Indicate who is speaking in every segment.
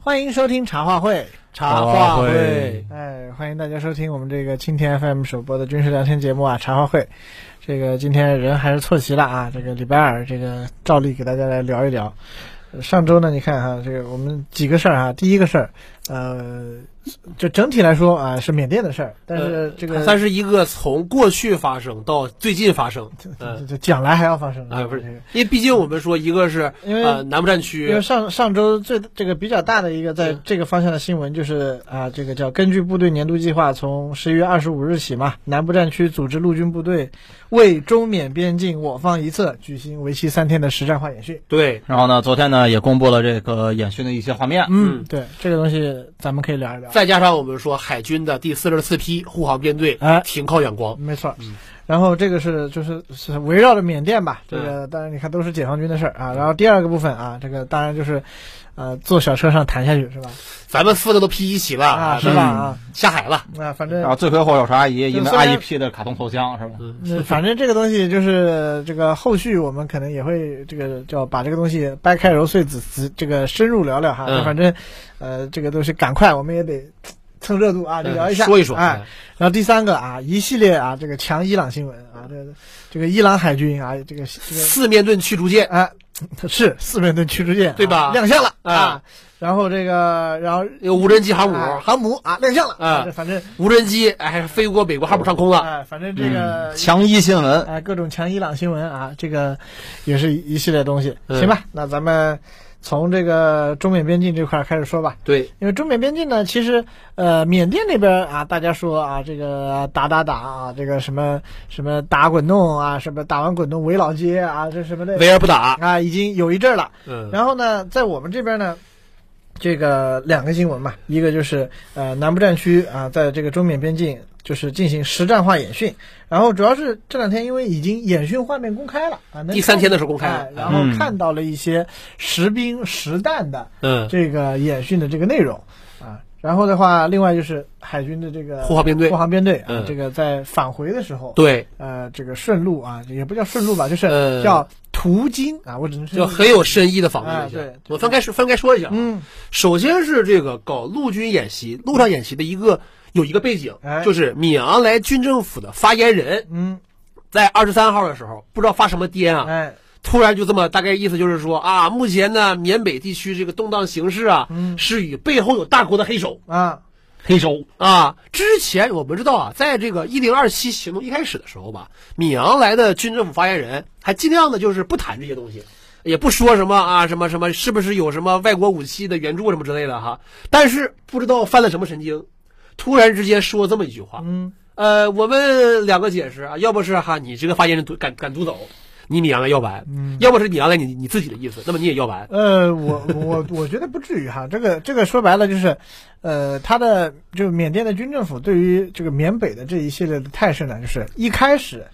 Speaker 1: 欢迎收听茶话会，
Speaker 2: 茶话
Speaker 1: 哦
Speaker 3: 会，
Speaker 1: 哎，欢迎大家收听我们这个青田 FM 首播的军事聊天节目啊，茶话会。这个今天人还是凑齐了啊，这个礼拜二，这个照例给大家来聊一聊。呃上周呢，你看哈、这个我们几个事儿啊，第一个事儿，呃，就整体来说啊是缅甸的事儿，但
Speaker 2: 呃
Speaker 1: 是这个、
Speaker 2: 它算是一个从过去发生到最近发生，
Speaker 1: 就
Speaker 2: 嗯，
Speaker 1: 就将来还要发生
Speaker 2: 啊不是
Speaker 1: 这个
Speaker 2: 因为毕竟我们说一个是
Speaker 1: 因为
Speaker 2: 呃南部战
Speaker 1: 嗯因为
Speaker 2: 区，
Speaker 1: 上上周最这个比较大的一个在
Speaker 2: 嗯
Speaker 1: 这个方向的新闻就是啊，这个叫根据部队年度计划，从十一月二十五日起嘛，南部战区组织陆军部队为中缅边境我方一侧举行为期三天的实战化演训。
Speaker 2: 对，
Speaker 3: 然后呢，昨天呢也公布了这个演训的一些画面。
Speaker 2: 嗯
Speaker 1: 对，这个东西咱们可以聊一聊。
Speaker 2: 再加上我们说海军的第四十四批护航编队
Speaker 1: 哎，
Speaker 2: 停靠仰光，
Speaker 1: 没错
Speaker 2: 嗯。
Speaker 1: 然后这个是就是是围绕着缅甸吧，这个当然你看都是解放军的事儿啊。然后第二个部分啊，这个当然就是，呃，坐小车上谈下去是吧？
Speaker 2: 咱们四个都批一起了，
Speaker 1: 啊，是
Speaker 2: 咱
Speaker 1: 吧？
Speaker 2: 们
Speaker 1: 啊，
Speaker 2: 下海了，
Speaker 1: 那反正
Speaker 3: 然后罪魁祸首是阿姨，因为
Speaker 1: 虽然
Speaker 3: 阿姨 P 的卡通头像是吧？
Speaker 2: 嗯，
Speaker 1: 那反正这个东西就是这个后续我们可能也会这个叫把这个东西掰开揉碎仔仔这个深入聊聊哈。
Speaker 2: 嗯
Speaker 1: 反正呃这个东西赶快我们也得蹭热度啊，就聊一下、
Speaker 2: 嗯说一说，
Speaker 1: 哎。然后第三个啊，一系列啊这个强伊朗新闻啊，这个这个伊朗海军啊这个这个
Speaker 2: 四面盾驱逐舰，
Speaker 1: 啊是四面盾驱逐舰啊
Speaker 2: 对吧
Speaker 1: 亮相了
Speaker 2: 啊
Speaker 1: 啊，然后这个然后
Speaker 2: 那个无人机航母，
Speaker 1: 啊航母啊亮相了
Speaker 2: 啊
Speaker 1: 这反正
Speaker 2: 无人机哎还飞过美国航母上空了，
Speaker 1: 啊反正这个
Speaker 3: 嗯强一 新闻，
Speaker 1: 哎，各种强伊朗新闻啊，这个也是一系列东西，
Speaker 2: 嗯
Speaker 1: 行吧？那咱们从这个中缅边境这块儿开始说吧，
Speaker 2: 对，
Speaker 1: 因为中缅边境呢，其实呃，缅甸那边啊，大家说啊，这个打打打啊，这个什么什么打滚弄啊，什么打完滚弄围老街啊，这什么的
Speaker 2: 围而不打，
Speaker 1: 啊，已经有一阵儿了。
Speaker 2: 嗯，
Speaker 1: 然后呢，在我们这边呢，这个两个新闻嘛，一个就是呃南部战区啊，在这个中缅边境就是进行实战化演训，然后主要是这两天因为已经演训画面公开了啊，能
Speaker 2: 第三天的时候公开
Speaker 1: 哎
Speaker 2: 了，
Speaker 1: 然后看到了一些实兵实弹的
Speaker 2: 嗯，
Speaker 1: 这个演训的这个内容啊。然后的话，另外就是海军的这个
Speaker 2: 护航编队
Speaker 1: 护航编队啊
Speaker 2: 嗯，
Speaker 1: 这个在返回的时候，
Speaker 2: 对，
Speaker 1: 呃，这个顺路啊，也不叫顺路吧，就是
Speaker 2: 呃，
Speaker 1: 叫途经啊，我只能是
Speaker 2: 就很有深意的访问
Speaker 1: 哎
Speaker 2: 一下。
Speaker 1: 对
Speaker 2: 我分开说，分开说一下。，啊
Speaker 1: 嗯，
Speaker 2: 首先是这个搞陆军演习，陆上演习的一个有一个背景，
Speaker 1: 哎
Speaker 2: 就是米昂莱军政府的发言人
Speaker 1: 嗯，
Speaker 2: 在二十三号的时候，不知道发什么癫啊，
Speaker 1: 哎，
Speaker 2: 突然就这么大概意思就是说啊，目前呢缅北地区这个动荡形势啊，
Speaker 1: 嗯
Speaker 2: 是与背后有大国的黑手
Speaker 1: 啊，
Speaker 3: 黑手
Speaker 2: 啊。之前我们知道啊，在这个一零二七行动一开始的时候吧，米昂莱的军政府发言人还尽量的就是不谈这些东西，也不说什么啊什么什么是不是有什么外国武器的援助什么之类的哈。但是不知道犯了什么神经，突然之间说这么一句话，
Speaker 1: 嗯，
Speaker 2: 呃，我们两个解释啊，要不是哈你这个发言人独敢敢独走，你米昂莱要完，
Speaker 1: 嗯
Speaker 2: 要不是米昂莱你你自己的意思，那么你也要完。
Speaker 1: 呃，我我我觉得不至于哈，这个这个说白了就是，呃，他的就缅甸的军政府对于这个缅北的这一系列的态势呢，就是一开始，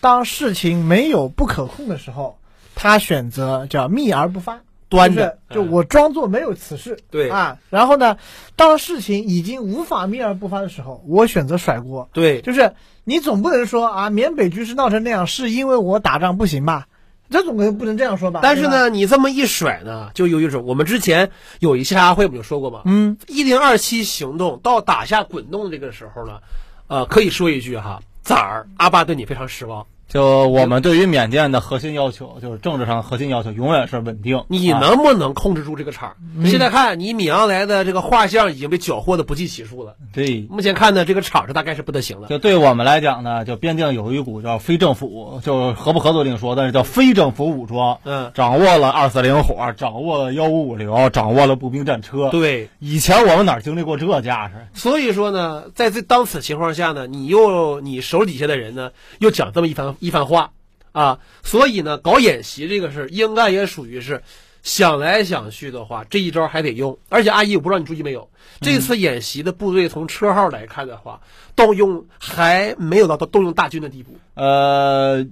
Speaker 1: 当事情没有不可控的时候，他选择叫秘而不发，
Speaker 2: 端着嗯
Speaker 1: 就是就我装作没有此事，
Speaker 2: 对
Speaker 1: 啊，然后呢，当事情已经无法秘而不发的时候，我选择甩锅，
Speaker 2: 对
Speaker 1: 就是你总不能说啊，缅北局势闹成那样是因为我打仗不行吧？这总归不能这样说吧？
Speaker 2: 但是
Speaker 1: 对吧，
Speaker 2: 呢，你这么一甩呢，就有一种我们之前有一期茶话会我们就说过嘛，
Speaker 1: 嗯
Speaker 2: 一零二七行动到打下滚动这个时候呢，呃，可以说一句哈，崽儿阿爸对你非常失望，
Speaker 3: 就我们对于缅甸的核心要求，就是政治上核心要求永远是稳定。
Speaker 2: 你
Speaker 3: 啊？
Speaker 2: 能不能控制住这个场儿？现在看你米昂莱的这个画像已经被缴获的不计其数了，
Speaker 3: 对，
Speaker 2: 目前看呢，这个场是大概是不得行了。
Speaker 3: 就对我们来讲呢，就边境有一股叫非政府，就是合不合作另说，但是叫非政府武装，
Speaker 2: 嗯，
Speaker 3: 掌握了二四零火，掌握了幺五五零，掌握了步兵战车。
Speaker 2: 对，
Speaker 3: 以前我们哪经历过这架势？
Speaker 2: 所以说呢，在这当此情况下呢，你又你手底下的人呢，又讲这么一番一番话啊，所以呢，搞演习这个事儿应该也属于是想来想去的话，这一招还得用。而且阿姨，我不知道你注意没有，这
Speaker 3: 嗯
Speaker 2: 次演习的部队从车号来看的话，动用还没有到到动用大军的地步，
Speaker 3: 呃，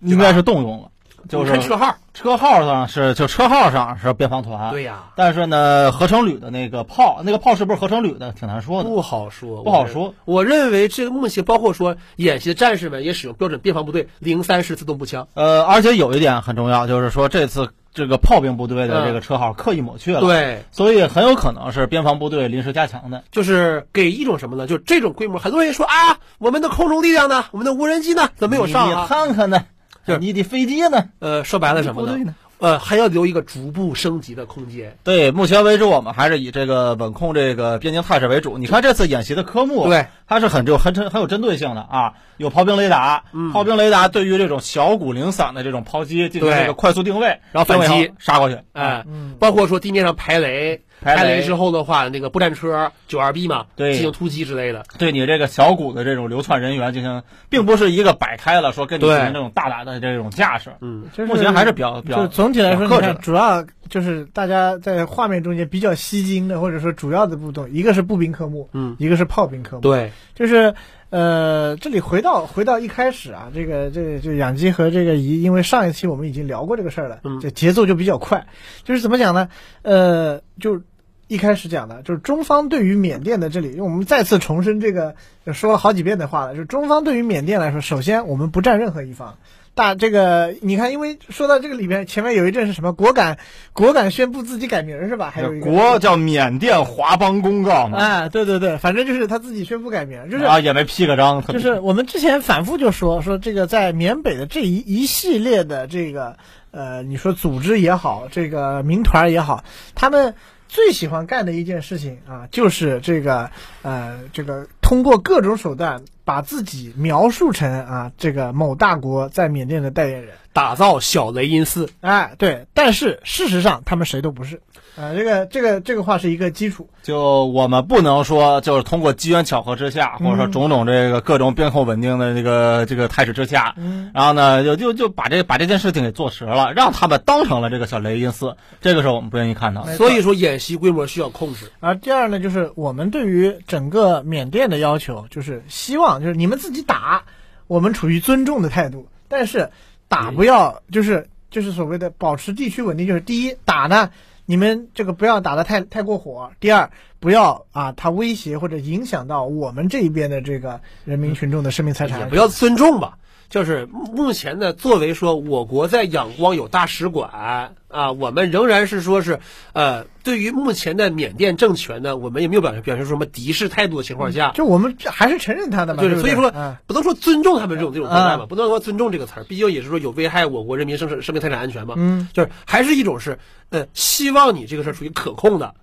Speaker 3: 应该是动用了，就
Speaker 2: 你看
Speaker 3: 是
Speaker 2: 车号，
Speaker 3: 车号上是就车号上是边防团，
Speaker 2: 对呀、
Speaker 3: 但是呢，合成旅的那个炮，那个炮是不是合成旅的，挺难说的。
Speaker 2: 不好说，
Speaker 3: 不好说
Speaker 2: 我认。我认为这个目前包括说演习的战士们也使用标准边防部队零三式自动步枪。
Speaker 3: 呃，而且有一点很重要，就是说这次这个炮兵部队的
Speaker 2: 嗯
Speaker 3: 这个车号刻意抹去了，，
Speaker 2: 对，
Speaker 3: 所以很有可能是边防部队临时加强的。
Speaker 2: 就是给一种什么呢？就这种规模，很多人说啊，我们的空中力量呢，我们的无人机呢，怎么有上
Speaker 3: 你
Speaker 2: 啊
Speaker 3: 你？看看呢，
Speaker 2: 就是
Speaker 3: 你的飞机呢，
Speaker 2: 呃，说白了什
Speaker 3: 你
Speaker 2: 么
Speaker 3: 部队
Speaker 2: 呢？
Speaker 3: 呢？
Speaker 2: 呃，还要留一个逐步升级的空间。
Speaker 3: 对，目前为止我们还是以这个稳控这个边境态势为主。你看这次演习的科目，啊
Speaker 2: 对，
Speaker 3: 它是很有很很很有针对性的啊，有炮兵雷达，
Speaker 1: 嗯
Speaker 3: 炮兵雷达对于这种小股零散的这种炮击进行
Speaker 2: 对
Speaker 3: 这个快速定位，
Speaker 1: 啊
Speaker 2: 然后反击
Speaker 3: 定位后杀过去，啊
Speaker 2: 哎、
Speaker 1: 嗯，
Speaker 2: 包括说地面上排雷，
Speaker 3: 排
Speaker 2: 雷
Speaker 3: 雷
Speaker 2: 之后的话，那个步战车九二 B 嘛，
Speaker 3: 对
Speaker 2: 进行突击之类的。
Speaker 3: 对你这个小股的这种流窜人员进行，并不是一个摆开了说跟你进
Speaker 2: 对
Speaker 3: 行这种大胆的这种架势，
Speaker 2: 嗯，
Speaker 1: 就是
Speaker 3: 目前还是比较比
Speaker 1: 就
Speaker 3: 较
Speaker 1: 总体来说，
Speaker 3: 比
Speaker 1: 你
Speaker 3: 较克制
Speaker 1: 看，
Speaker 3: 的
Speaker 1: 主要就是大家在画面中间比较吸睛的，或者说主要的步动，一个是步兵科目，
Speaker 2: 嗯，
Speaker 1: 一个是炮兵科目。，
Speaker 2: 对，
Speaker 1: 就是呃，这里回到回到一开始啊，这个这个、就养鸡和这个怡，因为上一期我们已经聊过这个事儿了，
Speaker 2: 嗯
Speaker 1: 这节奏就比较快，就是怎么讲呢？呃，就一开始讲的，就是中方对于缅甸的这里，因为我们再次重申这个说了好几遍的话了，就是中方对于缅甸来说，首先我们不占任何一方。大这个，你看，因为说到这个里边，前面有一阵是什么果敢，果敢宣布自己改名儿是吧？还有一个
Speaker 3: 国叫缅甸华邦公告嘛，
Speaker 1: 啊，对对对，反正就是他自己宣布改名儿，就是
Speaker 3: 啊也没批个章，特
Speaker 1: 就
Speaker 3: 别
Speaker 1: 是我们之前反复就说说这个在缅北的这一一系列的这个呃，你说组织也好，这个民团也好，他们最喜欢干的一件事情啊，就是这个呃，这个通过各种手段把自己描述成啊，这个某大国在缅甸的代言人。
Speaker 2: 打造小雷音寺。
Speaker 1: 哎，对，但是事实上他们谁都不是，啊、这个这个这个话是一个基础，
Speaker 3: 就我们不能说，就是通过机缘巧合之下，或
Speaker 1: 嗯
Speaker 3: 者说种种这个各种边控稳定的这个这个态势之下，
Speaker 1: 嗯，
Speaker 3: 然后呢，就就就把这把这件事情给坐实了，让他们当成了这个小雷音寺，这个是我们不愿意看到的。
Speaker 2: 所以说演习规模需要控制。
Speaker 1: 而第二呢，就是我们对于整个缅甸的要求，就是希望就是你们自己打，我们处于尊重的态度，但是打
Speaker 2: 嗯
Speaker 1: 不要就是就是所谓的保持地区稳定，就是第一打呢，你们这个不要打得太太过火；第二，不要啊，它威胁或者影响到我们这一边的这个人民群众的生命财产
Speaker 2: 嗯
Speaker 1: 啊
Speaker 2: 哎也
Speaker 1: 安
Speaker 2: 不
Speaker 1: 全。
Speaker 2: 要尊重吧。就是目前呢，作为说我国在仰光有大使馆啊，我们仍然是说是呃，对于目前的缅甸政权呢，我们也没有表示表示什么敌视态度的情况下，
Speaker 1: 就我们这还是承认他的嘛，
Speaker 2: 对
Speaker 1: 对不对
Speaker 2: 所以说
Speaker 1: 嗯
Speaker 2: 不能说尊重他们这种这种对待嘛，
Speaker 1: 嗯
Speaker 2: 不能说尊重这个词儿，毕竟也是说有危害我国人民生生命财产安全嘛。
Speaker 1: 嗯，
Speaker 2: 就是还是一种是呃，希望你这个事儿属于可控的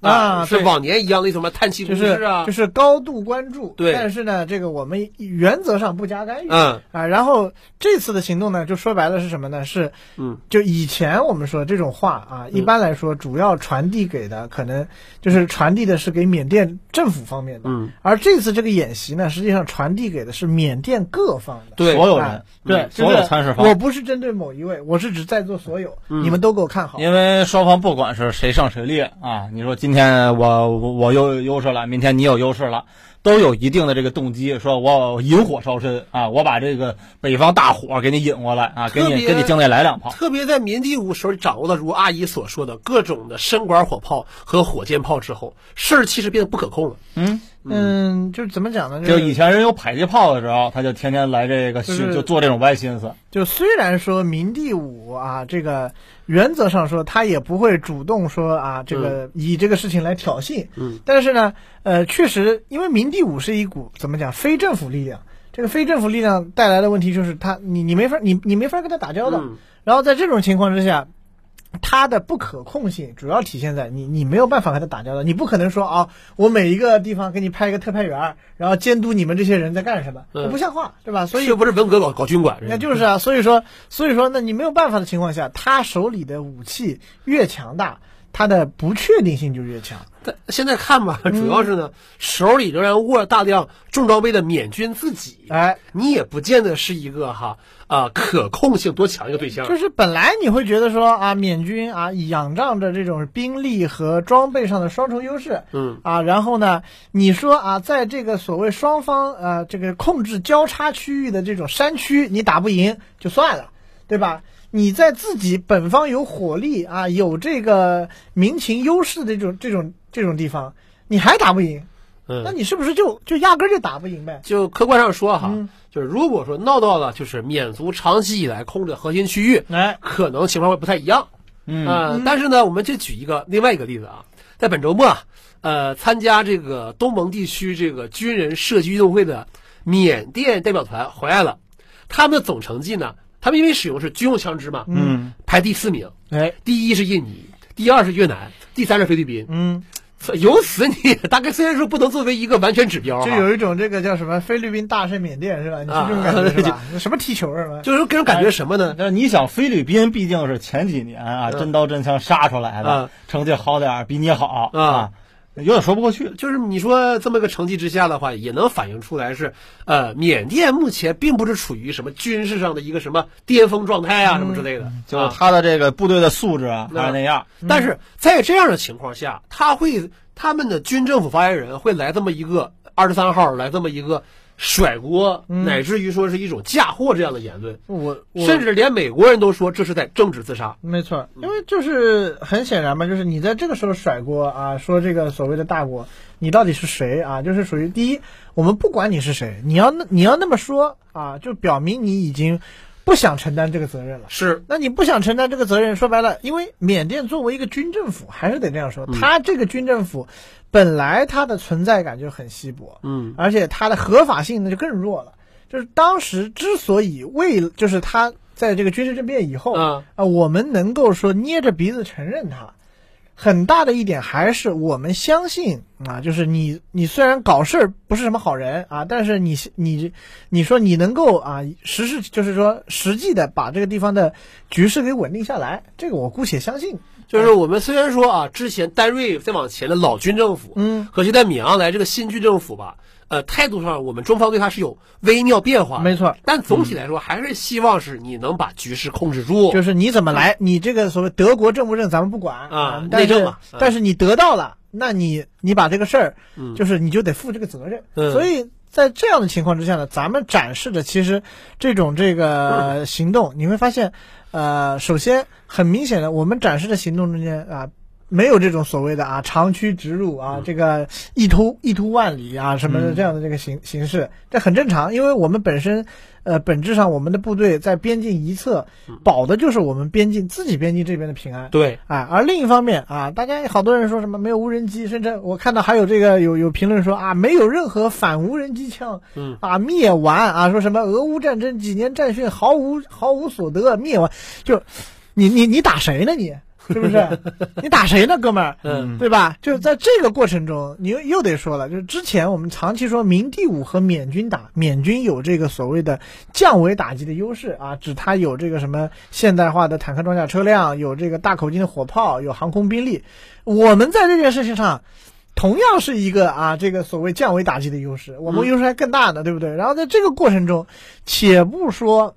Speaker 1: 啊
Speaker 2: 是
Speaker 1: 对
Speaker 2: 往年一样的什么碳气
Speaker 1: 就
Speaker 2: 攻
Speaker 1: 是
Speaker 2: 势啊，
Speaker 1: 就是高度关注，
Speaker 2: 对
Speaker 1: 但是呢，这个我们原则上不加干预，
Speaker 2: 嗯
Speaker 1: 啊，然后这次的行动呢，就说白了是什么呢？是
Speaker 2: 嗯，
Speaker 1: 就以前我们说这种话啊，
Speaker 3: 嗯
Speaker 1: 一般来说主要传递给的可能就是传递的是给缅甸政府方面的，
Speaker 2: 嗯，
Speaker 1: 而这次这个演习呢，实际上传递给的是缅甸各方的。
Speaker 2: 对，
Speaker 3: 所有
Speaker 1: 哎
Speaker 3: 人，
Speaker 1: 对，
Speaker 3: 所
Speaker 1: 就
Speaker 3: 有
Speaker 1: 是
Speaker 3: 参事
Speaker 1: 我
Speaker 3: 方，
Speaker 1: 不是针对某一位，我是指在座所有，
Speaker 2: 嗯
Speaker 1: 你们都给我看好。
Speaker 3: 因为双方不管是谁胜谁劣啊，你说今天我我我又有优势了，明天你有优势了，都有一定的这个动机，说我引火烧身啊，我把这个北方大火给你引过来啊，给
Speaker 2: 特
Speaker 3: 你
Speaker 2: 别
Speaker 3: 给你境内来两炮。
Speaker 2: 特别在民地武手里掌握了如阿姨所说的各种的深管火炮和火箭炮之后，事儿其实变得不可控了。
Speaker 3: 嗯，
Speaker 1: 嗯，就是怎么讲呢？
Speaker 3: 就是以前人有迫击炮的时候，他就天天来这个
Speaker 1: 就
Speaker 3: 心，
Speaker 1: 是
Speaker 3: 就做这种歪心思。
Speaker 1: 就虽然说明第五啊，这个原则上说他也不会主动说啊，这
Speaker 3: 嗯
Speaker 1: 个以这个事情来挑衅，
Speaker 2: 嗯，
Speaker 1: 但是呢，呃，确实因为明第五是一股怎么讲非政府力量，这个非政府力量带来的问题就是他你你没法你你没法跟他打交道，
Speaker 2: 嗯
Speaker 1: 然后在这种情况之下。它的不可控性主要体现在你，你没有办法和他打交道，你不可能说啊，我每一个地方给你派一个特派员儿，然后监督你们这些人在干什么，
Speaker 2: 嗯
Speaker 1: 这不像话，对吧？所以
Speaker 2: 这不是文革搞搞军管，
Speaker 1: 那就是啊，所以说，所以说，那你没有办法的情况下，他手里的武器越强大，他的不确定性就越强。
Speaker 2: 但现在看
Speaker 1: 嗯
Speaker 2: 吧，主要是呢，手里仍然握着大量重装备的缅军自己，
Speaker 1: 哎，
Speaker 2: 你也不见得是一个哈啊、可控性多强一个对象
Speaker 1: 就。是本来你会觉得说啊，缅军啊仰仗着这种兵力和装备上的双重优势。
Speaker 2: 嗯，
Speaker 1: 啊，然后呢？你说啊，在这个所谓双方呃这个控制交叉区域的这种山区，你打不赢就算了，对吧？你在自己本方有火力啊，有这个民情优势的这种这种这种地方，你还打不赢，那
Speaker 2: 嗯，
Speaker 1: 你是不是就就压根儿就打不赢呗？
Speaker 2: 就客观上说哈，
Speaker 1: 嗯
Speaker 2: 就是如果说闹到了就是缅族长期以来控制的核心区域，
Speaker 1: 哎，
Speaker 2: 可能情况会不太一样。
Speaker 1: 啊
Speaker 3: 嗯
Speaker 2: 呃，但是呢，我们就举一个另外一个例子啊，在本周末啊，呃，参加这个东盟地区这个军人射击运动会的缅甸代表团回来了，他们的总成绩呢，他们因为使用是军用枪支嘛，
Speaker 3: 嗯
Speaker 2: 排第四名，
Speaker 1: 哎，
Speaker 2: 第一是印尼，第二是越南，第三是菲律宾。
Speaker 1: 嗯，
Speaker 2: 由此你大概虽然说不能作为一个完全指标、啊，
Speaker 1: 就有一种这个叫什么菲律宾大胜缅甸是吧？你是这种感觉是吧？什么踢球是吧？
Speaker 2: 就是给人感觉什么呢？
Speaker 3: 那你想，菲律宾毕竟是前几年啊，
Speaker 2: 嗯
Speaker 3: 真刀真枪杀出来的
Speaker 2: 嗯，
Speaker 3: 成绩好点儿，比你好
Speaker 2: 嗯
Speaker 3: 啊，有点说不过去。
Speaker 2: 就是你说这么个成绩之下的话，也能反映出来是，呃，缅甸目前并不是处于什么军事上的一个什么巅峰状态啊，什么之类的。
Speaker 3: 就是
Speaker 2: 啊，
Speaker 3: 他的这个部队的素质
Speaker 2: 嗯
Speaker 3: 啊，还是那样。
Speaker 2: 但是在这样的情况下，他会他们的军政府发言人会来这么一个二十三号来这么一个甩锅，乃至于说是一种嫁祸这样的言论，
Speaker 1: 我我
Speaker 2: 甚至连美国人都说这是在政治自杀。
Speaker 1: 没错，因为就是很显然嘛，就是你在这个时候甩锅啊，说这个所谓的大国，你到底是谁啊？就是属于第一，我们不管你是谁，你要那你要那么说啊，就表明你已经不想承担这个责任了。
Speaker 2: 是，
Speaker 1: 那你不想承担这个责任，说白了，因为缅甸作为一个军政府，还是得这样说，它这个军政府本来它的存在感就很稀薄，
Speaker 2: 嗯
Speaker 1: 而且它的合法性那就更弱了。就是当时之所以为，就是他在这个军事政变以后
Speaker 2: 啊，
Speaker 1: 啊，我们能够说捏着鼻子承认它，很大的一点还是我们相信啊，就是你你虽然搞事儿不是什么好人啊，但是你你你说你能够啊实事就是说实际的把这个地方的局势给稳定下来，这个我姑且相信。
Speaker 2: 就是我们虽然说啊，之前戴瑞再往前的老军政府，
Speaker 1: 嗯，
Speaker 2: 和现在米昂来这个新军政府吧，呃，态度上我们中方对他是有微妙变化，
Speaker 1: 没错。
Speaker 2: 但总体来说，还是希望是你能把局势控制住。
Speaker 1: 就是你怎么来，你这个所谓德国政不正咱们不管
Speaker 2: 嗯
Speaker 1: 嗯
Speaker 2: 啊
Speaker 1: 但
Speaker 2: 内政
Speaker 1: 是
Speaker 2: 嘛啊
Speaker 1: 但是你得到了，那你你把这个事儿
Speaker 2: 嗯，
Speaker 1: 就是你就得负这个责任。
Speaker 2: 嗯
Speaker 1: 所以在这样的情况之下呢，咱们展示的其实这种这个行动，你会发现，呃，首先很明显的，我们展示的行动中间啊。没有这种所谓的啊长驱直入啊，这个一突一突万里啊什么的这样的这个形形式，这很正常，因为我们本身，呃，本质上我们的部队在边境一侧保的就是我们边境自己边境这边的平安。
Speaker 2: 对，
Speaker 1: 啊，而另一方面啊，大家好多人说什么没有无人机，甚至我看到还有这个有有评论说啊，没有任何反无人机枪，
Speaker 2: 嗯
Speaker 1: 啊灭完啊，说什么俄乌战争几年战训毫无毫无所得灭完，就你你你打谁呢你？是不是？你打谁呢，哥们儿？
Speaker 2: 嗯
Speaker 1: 对吧？就在这个过程中，你又又得说了，就是之前我们长期说明第五和缅军打，缅军有这个所谓的降维打击的优势啊，指它有这个什么现代化的坦克装甲车辆，有这个大口径的火炮，有航空兵力。我们在这件事情上。同样是一个啊，这个所谓降维打击的优势，我
Speaker 2: 嗯
Speaker 1: 们优势还更大呢，对不对？然后在这个过程中，且不说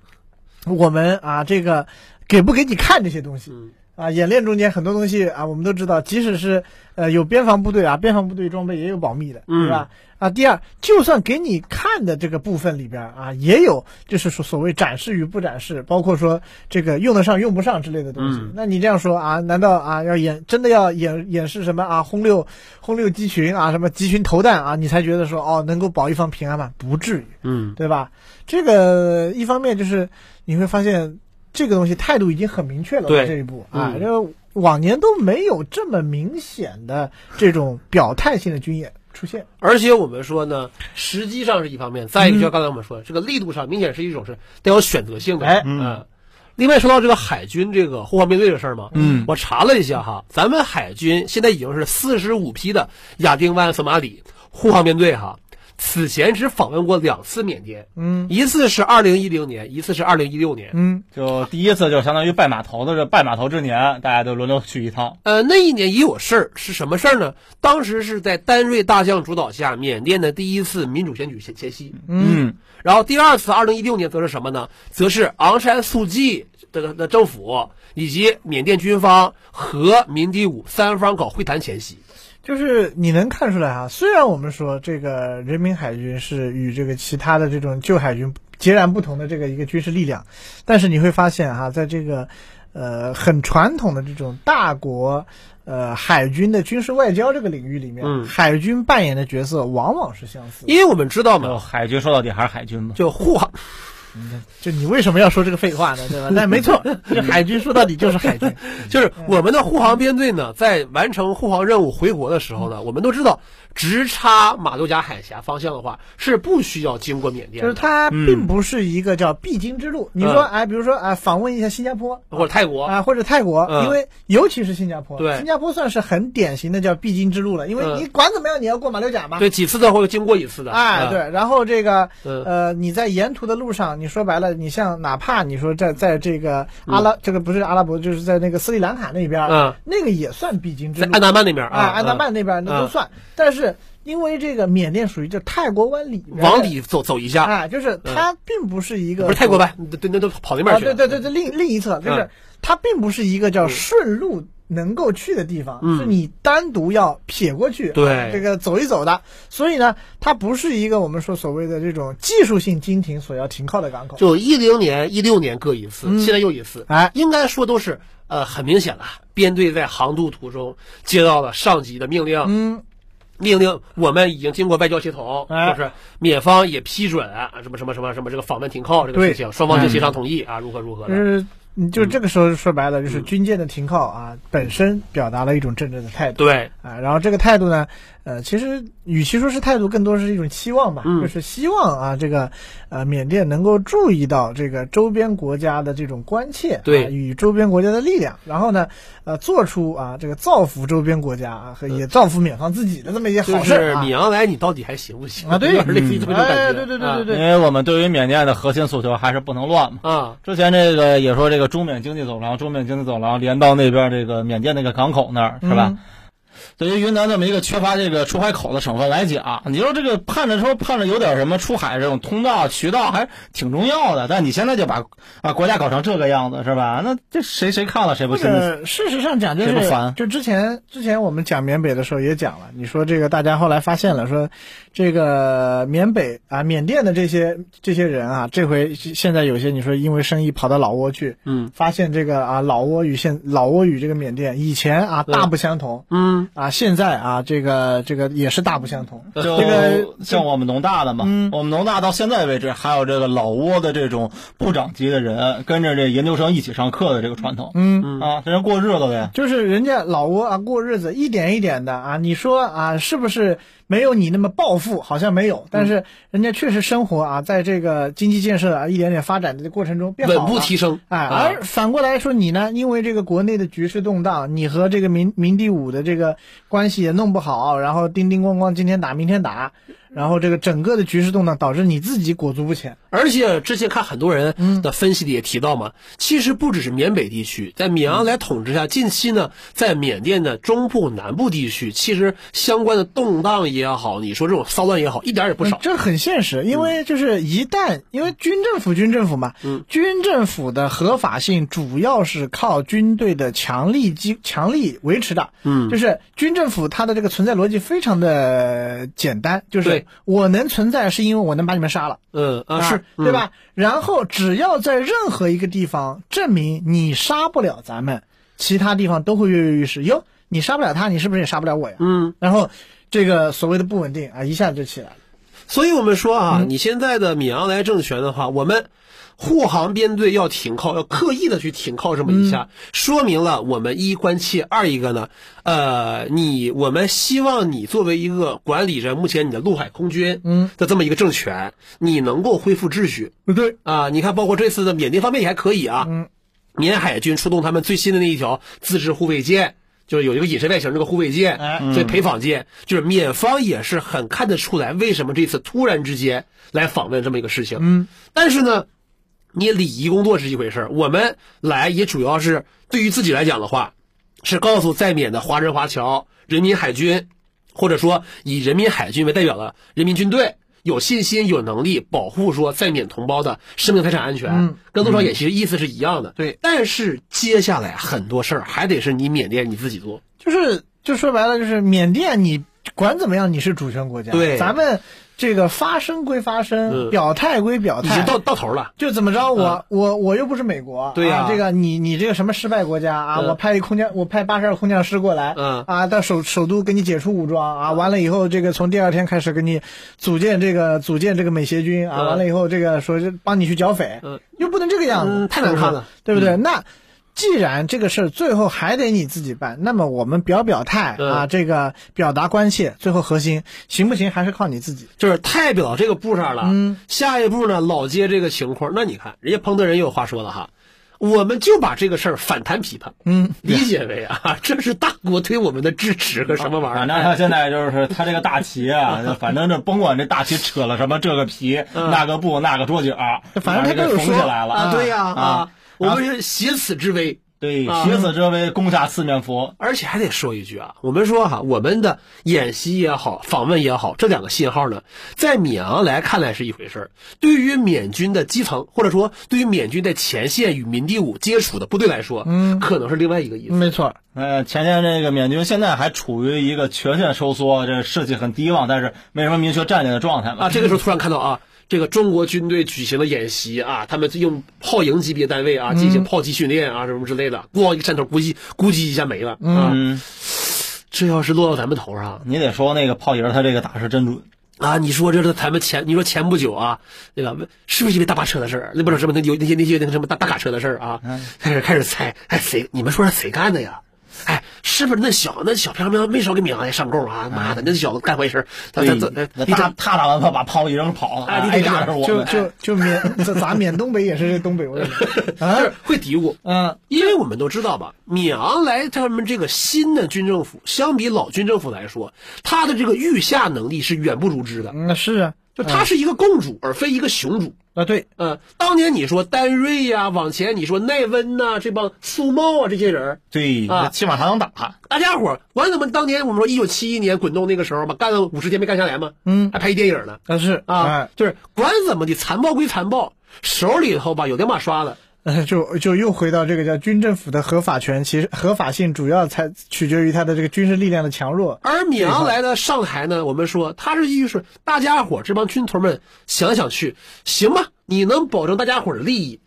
Speaker 1: 我们啊，这个给不给你看这些东西，
Speaker 2: 嗯
Speaker 1: 啊，演练中间很多东西啊，我们都知道，即使是呃有边防部队啊，边防部队装备也有保密的，
Speaker 2: 嗯
Speaker 1: 对吧？啊，第二，就算给你看的这个部分里边儿啊，也有就是说所谓展示与不展示，包括说这个用得上用不上之类的东西。
Speaker 2: 嗯
Speaker 1: 那你这样说啊，难道啊要演真的要演演示什么啊轰六轰六集群啊什么集群投弹啊，你才觉得说哦能够保一方平安吗？不至于。
Speaker 2: 嗯，
Speaker 1: 对吧？这个一方面就是你会发现这个东西态度已经很明确了，
Speaker 2: 对
Speaker 1: 到这一步啊，
Speaker 2: 嗯
Speaker 1: 就往年都没有这么明显的这种表态性的军演出现。
Speaker 2: 而且我们说呢，时机上是一方面，再一个就像刚才我们说的，这个力度上明显是一种是带有选择性的。
Speaker 1: 哎
Speaker 3: 嗯
Speaker 2: 呃另外说到这个海军这个后方面对的事儿嘛，
Speaker 3: 嗯
Speaker 2: 我查了一下哈，咱们海军现在已经是四十五批的亚丁湾、索马里护航编队哈。此前只访问过两次缅甸，
Speaker 1: 嗯
Speaker 2: 一次是二零一零年，一次是二零一六年。
Speaker 1: 嗯，
Speaker 3: 就第一次就相当于拜码头的这拜码头之年，大家都轮流去一趟。
Speaker 2: 呃，那一年也有事儿，是什么事儿呢？当时是在丹瑞大将主导下，缅甸的第一次民主选举前前夕，
Speaker 3: 嗯
Speaker 2: 然后第二次，二零一六年则是什么呢？则是昂山素季的的政府以及缅甸军方和民第五三方搞会谈前夕。
Speaker 1: 嗯就是你能看出来啊，虽然我们说这个人民海军是与这个其他的这种旧海军截然不同的这个一个军事力量，但是你会发现哈、啊在这个呃很传统的这种大国呃海军的军事外交这个领域里面，
Speaker 2: 嗯
Speaker 1: 海军扮演的角色往往是相似的。哦
Speaker 3: 嗯
Speaker 2: 因为我们知道嘛，
Speaker 3: 就海军说到底还是海军嘛。
Speaker 2: 就护航，
Speaker 1: 就你为什么要说这个废话呢？对吧？但没错，这海军说到底就是海军。
Speaker 2: 就是我们的护航编队呢，在完成护航任务回国的时候呢，我们都知道，直插马六甲海峡方向的话是不需要经过缅甸
Speaker 1: 就
Speaker 2: 的，
Speaker 1: 是它并不是一个叫必经之路。你说，哎，比如说，哎，访问一下新加坡
Speaker 2: 或者泰国，
Speaker 1: 啊，或者泰国，
Speaker 2: 嗯
Speaker 1: 因为尤其是新加坡，
Speaker 2: 对
Speaker 1: 新加坡算是很典型的叫必经之路了，因为
Speaker 2: 嗯
Speaker 1: 你管怎么样，你要过马六甲嘛。
Speaker 2: 对，几次都会经过一次的。
Speaker 1: 哎，
Speaker 2: 嗯，
Speaker 1: 对，然后这个
Speaker 2: 嗯
Speaker 1: 呃，你在沿途的路上，你说白了，你像哪怕你说在在这个阿拉，这个不是阿拉伯，就是在那个斯里兰卡那边，
Speaker 2: 嗯，
Speaker 1: 那个也算必经之
Speaker 2: 在
Speaker 1: 路
Speaker 2: 安达曼那边
Speaker 1: 呃啊，安达
Speaker 2: 嗯
Speaker 1: 曼那边那都
Speaker 2: 嗯
Speaker 1: 算。但是因为这个缅甸属于就泰国湾里边
Speaker 2: 嗯往里走走一下，
Speaker 1: 啊，就是它并不是一个
Speaker 2: 不是泰国吧？对，那都跑那边
Speaker 1: 啊，
Speaker 2: 去了。
Speaker 1: 对对对对，另另一侧就是
Speaker 2: 嗯
Speaker 1: 它并不是一个叫
Speaker 2: 嗯
Speaker 1: 顺路能够去的地方，
Speaker 2: 嗯
Speaker 1: 是你单独要撇过去，啊
Speaker 2: 对
Speaker 1: 这个走一走的。所以呢，它不是一个我们说所谓的这种技术性经停所要停靠的港口。
Speaker 2: 就一零年、一六年各一次，现在又一次，
Speaker 1: 哎
Speaker 2: 应该说都是呃很明显了。编队在航渡途中接到了上级的命令，
Speaker 1: 嗯，
Speaker 2: 命令我们已经经过外交协同，
Speaker 1: 哎
Speaker 2: 就是缅方也批准啊，什么什么什么什么这个访问停靠这个事情，双方经协商同意啊，如何如何
Speaker 1: 就
Speaker 2: 的。嗯
Speaker 1: 是你就这个时候说白了，就是军舰的停靠啊，本身表达了一种政治的态度。
Speaker 2: 对，
Speaker 1: 啊，然后这个态度呢，呃，其实与其说是态度，更多是一种期望吧，
Speaker 2: 嗯
Speaker 1: 就是希望啊，这个呃，缅甸能够注意到这个周边国家的这种关切，
Speaker 2: 对
Speaker 1: 啊，与周边国家的力量，然后呢，呃，做出啊这个造福周边国家啊和也造福缅方自己的这么一些
Speaker 2: 呃就
Speaker 1: 好事
Speaker 2: 是
Speaker 1: 儿啊
Speaker 2: 米，昂莱你到底还行不行
Speaker 1: 啊对
Speaker 2: 有点类似于这种感觉，
Speaker 1: 哎对对对对对
Speaker 3: 因为我们对于缅甸的核心诉求还是不能乱嘛。
Speaker 2: 啊啊，
Speaker 3: 之前这个也说这个中缅经济走廊，中缅经济走廊连到那边这个缅甸那个港口那儿是吧？
Speaker 1: 嗯
Speaker 3: 对于云南这么一个缺乏这个出海口的省份来讲，你说这个盼着说盼着有点什么出海这种通道渠道还挺重要的，但你现在就把啊国家搞成这个样子是吧？那这谁谁看了谁不
Speaker 1: 或
Speaker 3: 心里
Speaker 1: 者事实上讲，就
Speaker 3: 谁不
Speaker 1: 是
Speaker 3: 烦
Speaker 1: 就之前之前我们讲缅北的时候也讲了，你说这个大家后来发现了，说这个缅北啊，缅甸的这些这些人啊，这回现在有些你说因为生意跑到老挝去，
Speaker 2: 嗯
Speaker 1: 发现这个啊老挝与现老挝与这个缅甸以前啊
Speaker 2: 对
Speaker 1: 大不相同
Speaker 2: 嗯，
Speaker 1: 啊，现在啊这个这个也是大不相同。
Speaker 3: 就
Speaker 1: 这个
Speaker 3: 像我们农大的嘛，
Speaker 1: 嗯
Speaker 3: 我们农大到现在为止还有这个老挝的这种部长级的人跟着这研究生一起上课的这个传统、
Speaker 1: 嗯，
Speaker 3: 啊，这人过日子的呀。
Speaker 1: 就是人家老挝啊过日子一点一点的啊，你说啊是不是没有你那么暴富？好像没有，但是人家确实生活啊，在这个经济建设啊一点点发展的过程中变好了
Speaker 2: 稳步提升，
Speaker 1: 哎，
Speaker 2: 啊
Speaker 1: 而反过来说你呢，因为这个国内的局势动荡，你和这个民民地五的这个关系也弄不好，然后叮叮咣咣今天打明天打，然后这个整个的局势动荡导致你自己裹足不前。
Speaker 2: 而且之前看很多
Speaker 1: 嗯
Speaker 2: 人的分析里也提到嘛，其实不只是缅北地区，在缅昂莱统治下，近期呢，在缅甸的中部、南部地区，其实相关的动荡也好，你说这种骚乱也好，一点儿也不
Speaker 1: 嗯
Speaker 2: 少。
Speaker 1: 这很现实，因为就是一旦因为军政府军政府嘛，
Speaker 2: 嗯
Speaker 1: 军政府的合法性主要是靠军队的强力机强力维持的，
Speaker 2: 嗯
Speaker 1: 就是军政府它的这个存在逻辑非常的简单，就是
Speaker 2: 对
Speaker 1: 我能存在是因为我能把你们杀了
Speaker 2: 嗯啊是，嗯
Speaker 1: 对？吧？然后只要在任何一个地方证明你杀不了咱们，其他地方都会跃跃欲试。哟，你杀不了他，你是不是也杀不了我呀？
Speaker 2: 嗯，
Speaker 1: 然后这个所谓的不稳定啊，一下子就起来了。
Speaker 2: 所以我们说啊，你现在的缅昂莱政权的话，我们护航编队要停靠，要刻意的去停靠这么一下，说明了我们一关切，二一个呢，呃，你我们希望你作为一个管理着目前你的陆海空军
Speaker 1: 嗯
Speaker 2: 的这么一个政权，你能够恢复秩序
Speaker 1: 不对，
Speaker 2: 啊、你看，包括这次的缅甸方面也还可以啊，
Speaker 1: 嗯，
Speaker 2: 缅海军出动他们最新的那一条自制护卫舰。就是有一个隐身外形，这个护卫舰，
Speaker 1: 哎
Speaker 2: 所以陪访舰，就是缅方也是很看得出来，为什么这次突然之间来访问这么一个事情。
Speaker 1: 嗯，
Speaker 2: 但是呢，你礼仪工作是一回事儿，我们来也主要是对于自己来讲的话，是告诉在缅的华人华侨、人民海军，或者说以人民海军为代表的人民军队。有信心、有能力保护说在缅同胞的生命财产安全，
Speaker 1: 嗯
Speaker 2: 跟多少也其实意思是一样的。
Speaker 1: 对，
Speaker 2: 但是接下来很多事儿还得是你缅甸你自己做。
Speaker 1: 就是就说白了，就是缅甸你管怎么样，你是主权国家，
Speaker 2: 对
Speaker 1: 咱们这个发声归发声，
Speaker 2: 嗯
Speaker 1: 表态归表
Speaker 2: 已经
Speaker 1: 态，
Speaker 2: 到到头了。
Speaker 1: 就怎么着，我我我又不是美国，
Speaker 2: 对呀
Speaker 1: 啊这个你你这个什么失败国家啊，
Speaker 2: 嗯
Speaker 1: 我派一空降，我派八十二空降师过来，
Speaker 2: 嗯
Speaker 1: 啊，到首首都给你解除武装啊，完了以后，这个从第二天开始给你组建这个组建这个美协军啊，
Speaker 2: 嗯
Speaker 1: 完了以后，这个说是帮你去剿匪，
Speaker 2: 嗯
Speaker 1: 又不能这个样子，
Speaker 2: 嗯太难看了嗯
Speaker 1: 是不是，对不对？那。既然这个事儿最后还得你自己办，那么我们表表态啊，
Speaker 2: 嗯
Speaker 1: 这个表达关切，最后核心行不行还是靠你自己。
Speaker 2: 就是太表这个步上了，
Speaker 1: 嗯，
Speaker 2: 下一步呢，老接这个情况，那你看人家彭德仁又有话说了哈，我们就把这个事儿反弹批判，
Speaker 1: 嗯，
Speaker 2: 理解为啊， 这是大国对我们的支持和什么玩意
Speaker 3: 反
Speaker 2: 儿，
Speaker 3: 正他啊现在就是他这个大 旗啊，反正这甭管这大旗扯了什么这个皮、
Speaker 2: 嗯
Speaker 3: 那个布、那个桌角儿，
Speaker 1: 反正他
Speaker 3: 这
Speaker 1: 都有
Speaker 3: 个缝
Speaker 1: 说
Speaker 3: 起来了。
Speaker 2: 啊，对呀
Speaker 3: 啊
Speaker 2: 啊，我们是挟此之威。
Speaker 3: 对，
Speaker 2: 啊
Speaker 3: 学子之威，攻下四面佛。
Speaker 2: 而且还得说一句啊，我们说哈，我们的演习也好，访问也好，这两个信号呢，在闵昂来看来是一回事儿，对于缅军的基层，或者说对于缅军在前线与民地武接触的部队来说，
Speaker 1: 嗯
Speaker 2: 可能是另外一个意思。
Speaker 1: 没错，
Speaker 3: 呃，前天这个缅军现在还处于一个全线收缩，这士气很低旺，但是没什么明确战略的状态嘛。
Speaker 2: 啊，这个时候突然看到啊，这个中国军队举行了演习啊，他们用炮营级别单位啊
Speaker 1: 嗯
Speaker 2: 进行炮击训练啊，什么之类的，咣一个山头估计估计一下没了啊。
Speaker 3: 嗯，
Speaker 2: 这要是落到咱们头上
Speaker 3: 你得说那个炮营他这个打是真准。
Speaker 2: 啊，你说这是咱们前，你说前不久啊，那个是不是因为大巴车的事儿？那不是什么那有那些那些那个什么大大卡车的事儿啊？开始开始猜，哎谁？你们说是谁干的呀？哎，是不是那小那小飘飘没少给闵昂爷上供啊？妈的，那小子干坏事儿，咱咱咱
Speaker 3: 那
Speaker 2: 你
Speaker 3: 他
Speaker 2: 咋
Speaker 3: 他打完炮把炮一扔跑了，
Speaker 2: 啊你得
Speaker 3: 哎
Speaker 2: 干
Speaker 3: 这是我
Speaker 1: 就
Speaker 3: 们
Speaker 1: 就就缅咱咱缅东北也是这东北问 题啊
Speaker 2: 就，是会嘀咕？
Speaker 1: 嗯，
Speaker 2: 因为我们都知道吧，闵昂来他们这个新的军政府，相比老军政府来说，他的这个御下能力是远不如之的。
Speaker 1: 那是啊，
Speaker 2: 就他是一个共主，而非一个雄主。
Speaker 1: 啊对，
Speaker 2: 嗯，当年你说丹瑞呀、往前你说奈温呐、这帮苏茂啊，这些人儿，
Speaker 3: 对，
Speaker 2: 啊
Speaker 3: 起码 他能打。
Speaker 2: 大家伙儿，管怎么当年我们说一九七一年滚动那个时候吧，干了五十天没干下来嘛，
Speaker 1: 嗯，哎
Speaker 2: 还拍一电影呢，
Speaker 1: 那是
Speaker 2: 啊，，就是管怎么的，残暴归残暴，手里头吧有两把刷子，
Speaker 1: 哎 就就又回到这个叫军政府的合法权，其实合法性主要才取决于它的这个军事力量的强弱。
Speaker 2: 而米昂来的上台呢，我们说他是预示大家伙儿这帮军头们想来想去，行吧，你能保证大家伙儿的利益，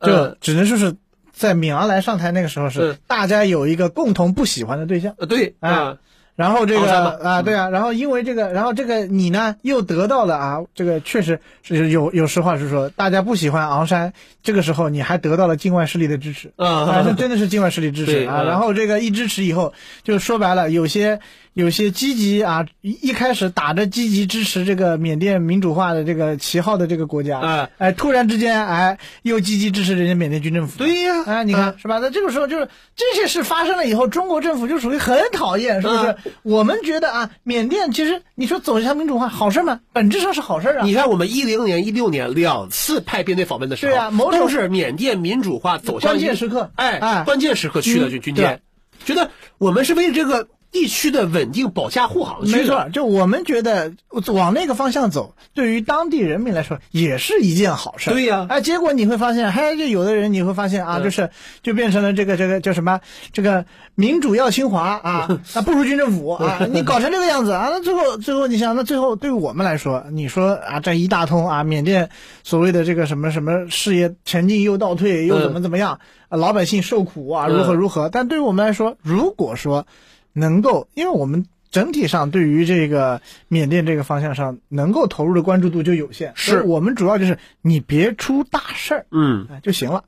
Speaker 1: 这
Speaker 2: 呃，
Speaker 1: 只能说是在闵昂莱上台那个时候是
Speaker 2: 嗯
Speaker 1: 大家有一个共同不喜欢的对象。
Speaker 2: 呃对
Speaker 1: 哎
Speaker 2: 啊，
Speaker 1: 然后这
Speaker 2: 昂山
Speaker 1: 个
Speaker 2: 嘛
Speaker 1: 啊，对啊，然后因为这个，然后这个你呢又得到了啊，这个确实是有有实话实说，大家不喜欢昂山，这个时候你还得到了境外势力的支持
Speaker 2: 啊
Speaker 1: 哎这真的是境外势力支持
Speaker 2: 对
Speaker 1: 啊。
Speaker 2: 嗯
Speaker 1: 然后这个一支持以后，就说白了，有些有些积极啊，一一开始打着积极支持这个缅甸民主化的这个旗号的这个国家
Speaker 2: 哎，
Speaker 1: 哎，突然之间哎又积极支持人家缅甸军政府，
Speaker 2: 对呀
Speaker 1: 哎，你看
Speaker 2: 嗯
Speaker 1: 是吧？那这个时候就是这些事发生了以后，中国政府就属于很讨厌，是不是
Speaker 2: 嗯？
Speaker 1: 我们觉得啊，缅甸其实你说走向民主化好事吗？本质上是好事啊。
Speaker 2: 你看我们一零年、一六年两次派编队访问的时候，
Speaker 1: 对啊某种
Speaker 2: 都是缅甸民主化走向
Speaker 1: 关
Speaker 2: 一个
Speaker 1: 键时刻
Speaker 2: 哎，
Speaker 1: 哎
Speaker 2: 关键时刻去的
Speaker 1: 嗯
Speaker 2: 军军
Speaker 1: 对
Speaker 2: 舰，觉得我们是为这个地区的稳定保驾护航去的，
Speaker 1: 没错，就我们觉得往那个方向走，对于当地人民来说也是一件好事。
Speaker 2: 对呀
Speaker 1: 哎，结果你会发现，嘿，就有的人你会发现啊，
Speaker 2: 嗯
Speaker 1: 就是就变成了这个这个叫什么这个民主要清华 啊，那不如军政府啊，你搞成这个样子啊，那最后最后你想，那最后对我们来说，你说啊，这一大通啊，缅甸所谓的这个什么什么事业前进又倒退又怎么怎么样，啊老百姓受苦啊，如何
Speaker 2: 嗯
Speaker 1: 如何，但对于我们来说，如果说能够，因为我们整体上对于这个缅甸这个方向上能够投入的关注度就有限，
Speaker 2: 是
Speaker 1: 所以我们主要就是你别出大事儿
Speaker 2: 嗯
Speaker 1: 哎就行了。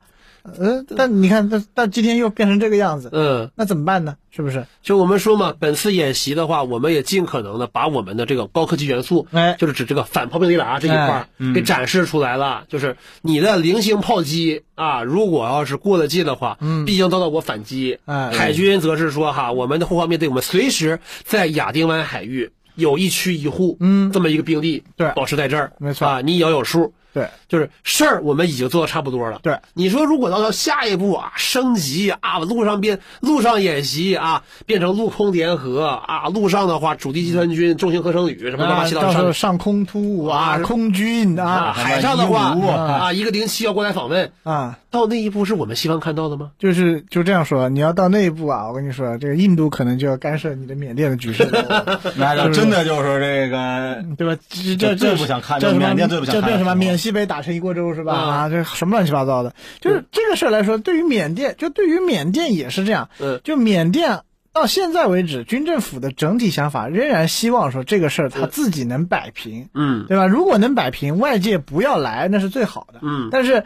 Speaker 1: 呃，但你看，但但今天又变成这个样子，
Speaker 2: 嗯，
Speaker 1: 那怎么办呢？是不是？
Speaker 2: 就我们说嘛，本次演习的话，我们也尽可能的把我们的这个高科技元素，
Speaker 1: 哎
Speaker 2: 就是指这个反炮兵雷达这一块
Speaker 1: 哎
Speaker 2: 儿给展示出来了。就是你的零星炮击啊，如果要是过得近的话，
Speaker 1: 嗯
Speaker 2: 必将遭到我反击。
Speaker 1: 哎
Speaker 2: 海军则是说哈，我们的后方面对我们随时在亚丁湾海域有一区一户，
Speaker 1: 嗯
Speaker 2: 这么一个兵力，
Speaker 1: 对
Speaker 2: 保持在这儿，
Speaker 1: 没错
Speaker 2: 啊，你也要有数。
Speaker 1: 对，
Speaker 2: 就是事儿我们已经做的差不多了。
Speaker 1: 对，
Speaker 2: 你说如果到下一步啊，升级啊，陆上变陆上演习啊，变成陆空联合啊，陆上的话，主力集团军、重型合成旅什么乱
Speaker 1: 啊
Speaker 2: 七八
Speaker 1: 到
Speaker 2: 糟
Speaker 1: 时
Speaker 2: 上
Speaker 1: 候上空突兀啊，
Speaker 2: 啊
Speaker 1: 空军啊，
Speaker 2: 海上的话
Speaker 3: 一五
Speaker 2: 啊，一个零七要过来访问，
Speaker 1: 啊，
Speaker 2: 到那一步是我们希望看到的吗？
Speaker 1: 就是就这样说，你要到那一步啊，我跟你说，这个印度可能就要干涉你的缅甸的局势了，
Speaker 3: 那
Speaker 2: 嗯
Speaker 3: 就真的就是这个
Speaker 1: 对吧？这这
Speaker 3: 最
Speaker 1: 这
Speaker 3: 不想看
Speaker 1: 这什么
Speaker 3: 缅甸最不想
Speaker 1: 这
Speaker 3: 看
Speaker 1: 叫什么？
Speaker 3: 是吗
Speaker 1: 缅西北打成一锅粥是吧？
Speaker 2: 啊
Speaker 1: 啊，这什么乱七八糟的？就是这个事儿来说，对于缅甸，就对于缅甸也是这样，
Speaker 2: 嗯
Speaker 1: 就缅甸。到现在为止，军政府的整体想法仍然希望说这个事儿他自己能摆平，
Speaker 2: 嗯
Speaker 1: 对吧？如果能摆平，外界不要来，那是最好的。
Speaker 2: 嗯，
Speaker 1: 但是，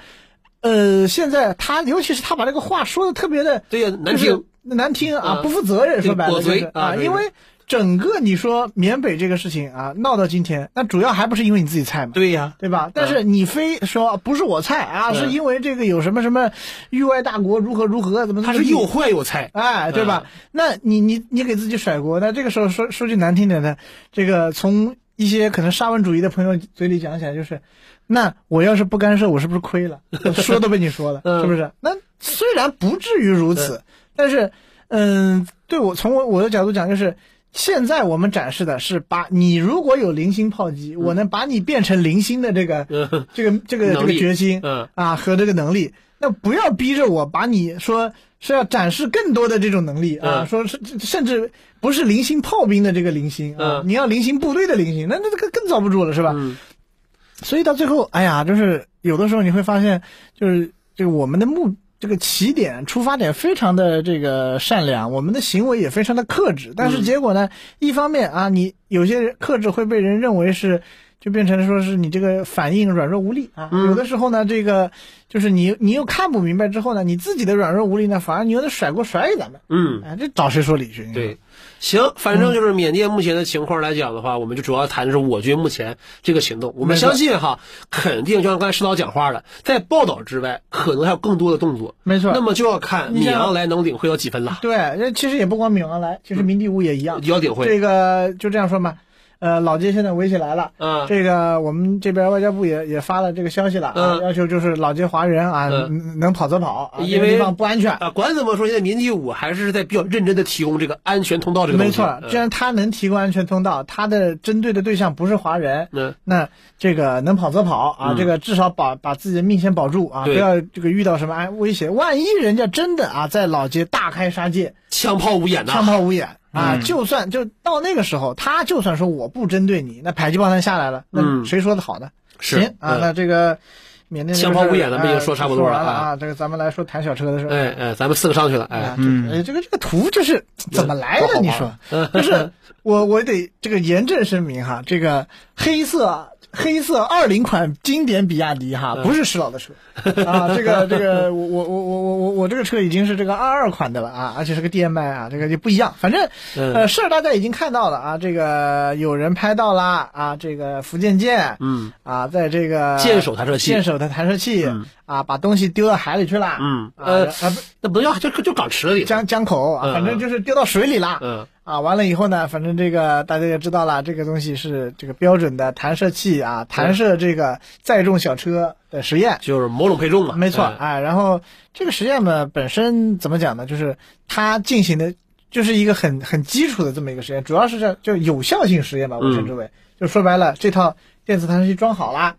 Speaker 1: 呃，现在他，尤其是他把这个话说的特别的
Speaker 2: 对呀，难
Speaker 1: 就是
Speaker 2: 听，
Speaker 1: 难听啊，
Speaker 2: 嗯
Speaker 1: 不负责任，
Speaker 2: 对
Speaker 1: 说白了
Speaker 2: 裹
Speaker 1: 就
Speaker 2: 嘴
Speaker 1: 是
Speaker 2: 啊
Speaker 1: 啊，
Speaker 2: 对
Speaker 1: 因为整个你说缅北这个事情啊，闹到今天，那主要还不是因为你自己菜嘛。
Speaker 2: 对呀，
Speaker 1: 对吧？但是你非说不是我菜啊，
Speaker 2: 嗯
Speaker 1: 是因为这个有什么什么域外大国如何如何怎么？
Speaker 2: 他是嗯又坏又菜，
Speaker 1: 哎，对吧？那你你你给自己甩锅，那这个时候说说句难听点的，这个从一些可能沙文主义的朋友嘴里讲起来就是，那我要是不干涉，我是不是亏了？我说都被你说了，
Speaker 2: 嗯
Speaker 1: 是不是？那虽然不至于如此，但是，嗯，对我从我我的角度讲就是。现在我们展示的是把你如果有零星炮击，我能把你变成零星的这个、
Speaker 2: 嗯
Speaker 1: 这个这个这
Speaker 2: 能
Speaker 1: 个
Speaker 2: 力
Speaker 1: 决心，
Speaker 2: 嗯
Speaker 1: 啊和这个能力，那不要逼着我把你说是要展示更多的这种能力啊，
Speaker 2: 嗯
Speaker 1: 说是甚至不是零星炮兵的这个零星啊，
Speaker 2: 嗯
Speaker 1: 你要零星部队的零星，那那这个更遭不住了是吧？
Speaker 2: 嗯
Speaker 1: 所以到最后，哎呀，就是有的时候你会发现，就是这个我们的目。这个起点、出发点非常的这个善良，我们的行为也非常的克制，但
Speaker 2: 嗯
Speaker 1: 是结果呢，一方面啊，你有些人克制会被人认为是，就变成说是你这个反应软弱无力啊。
Speaker 2: 嗯
Speaker 1: 有的时候呢，这个就是你你又看不明白之后呢，你自己的软弱无力呢，反而你又得甩锅甩给咱们，
Speaker 2: 嗯。
Speaker 1: 哎，这找谁说理去？你说
Speaker 2: 对，行，反正就是缅甸目前的情况来讲的话，我们就主要谈的是我军目前这个行动。我
Speaker 1: 没
Speaker 2: 们
Speaker 1: 错
Speaker 2: 相信哈，肯定就像刚才石导讲话的，在报道之外，可能还有更多的动作。
Speaker 1: 没错。
Speaker 2: 那么就要看
Speaker 1: 你
Speaker 2: 米
Speaker 1: 像
Speaker 2: 昂莱能领会到几分了，
Speaker 1: 对，这其实也不光敏昂莱，其
Speaker 2: 嗯
Speaker 1: 实明第乌也一样。
Speaker 2: 要领会。
Speaker 1: 这个就这样说嘛，呃，老街现在围起来了。
Speaker 2: 啊，
Speaker 1: 这个我们这边外交部也也发了这个消息了、啊，
Speaker 2: 嗯
Speaker 1: 要求就是老街华人啊，
Speaker 2: 嗯
Speaker 1: 能能跑则跑，啊、
Speaker 2: 因
Speaker 1: 这个
Speaker 2: 为
Speaker 1: 地方不安全。
Speaker 2: 啊，管怎么说，现在民进五还是在比较认真的提供这个安全通道这个东
Speaker 1: 没
Speaker 2: 西。嗯
Speaker 1: 错，既然他能提供安全通道，他的针对的对象不是华人，
Speaker 2: 嗯，
Speaker 1: 那这个能跑则跑啊，
Speaker 2: 嗯
Speaker 1: 这个至少把把自己的命先保住啊，不
Speaker 2: 对
Speaker 1: 要这个遇到什么安威胁。万一人家真的啊在老街大开杀戒，
Speaker 2: 枪炮无眼
Speaker 1: 枪
Speaker 2: 呐，
Speaker 1: 炮无眼啊，
Speaker 3: 嗯
Speaker 1: 就算就到那个时候，他就算说我不针对你，那迫击炮弹下来了，那
Speaker 2: 嗯
Speaker 1: 谁说的好呢？行啊，
Speaker 2: 嗯
Speaker 1: 那这个缅甸这个
Speaker 2: 枪炮
Speaker 1: 事儿
Speaker 2: 无眼咱们
Speaker 1: 哎
Speaker 2: 已经说差不多
Speaker 1: 说
Speaker 2: 了
Speaker 1: 完了
Speaker 2: 啊
Speaker 1: 啊，这个咱们来说弹小车的事儿。
Speaker 2: 哎哎，咱们四个上去了，哎
Speaker 1: 啊，，这
Speaker 3: 嗯
Speaker 1: 哎这个这个图就是怎么来的？
Speaker 3: 嗯
Speaker 1: 你 说，
Speaker 2: 嗯
Speaker 1: 就是我我得这个严正声明哈，这个黑色黑色二零款经典比亚迪
Speaker 2: 嗯
Speaker 1: 哈，不是石老的车啊，这个这个我我我我我我我这个车已经是这个二二款的了啊，而且是个 DMI 啊，这个就不一样。反正
Speaker 2: 嗯
Speaker 1: 呃事儿大家已经看到了啊，这个有人拍到啦啊，这个福建舰
Speaker 2: 嗯
Speaker 1: 啊，在这个
Speaker 2: 舰首弹射器
Speaker 1: 舰首的弹射器
Speaker 2: 嗯
Speaker 1: 啊，把东西丢到海里去了，
Speaker 2: 嗯
Speaker 1: 啊
Speaker 2: 呃
Speaker 1: 啊不
Speaker 2: 那不要就就港池里，
Speaker 1: 江江口啊，
Speaker 2: 嗯
Speaker 1: 反正就是丢到水里啦。
Speaker 2: 嗯
Speaker 1: 啊，完了以后呢，反正这个大家也知道了，这个东西是这个标准的弹射器
Speaker 2: 嗯
Speaker 1: 啊，弹射这个载重小车的实验。
Speaker 2: 就是某种配重嘛，
Speaker 1: 没错，
Speaker 2: 哎
Speaker 1: 哎，然后这个实验呢，本身怎么讲呢？就是它进行的，就是一个很很基础的这么一个实验，主要是这就有效性实验吧，我
Speaker 2: 嗯
Speaker 1: 称之为。就说白了，这套电子弹射器装好了，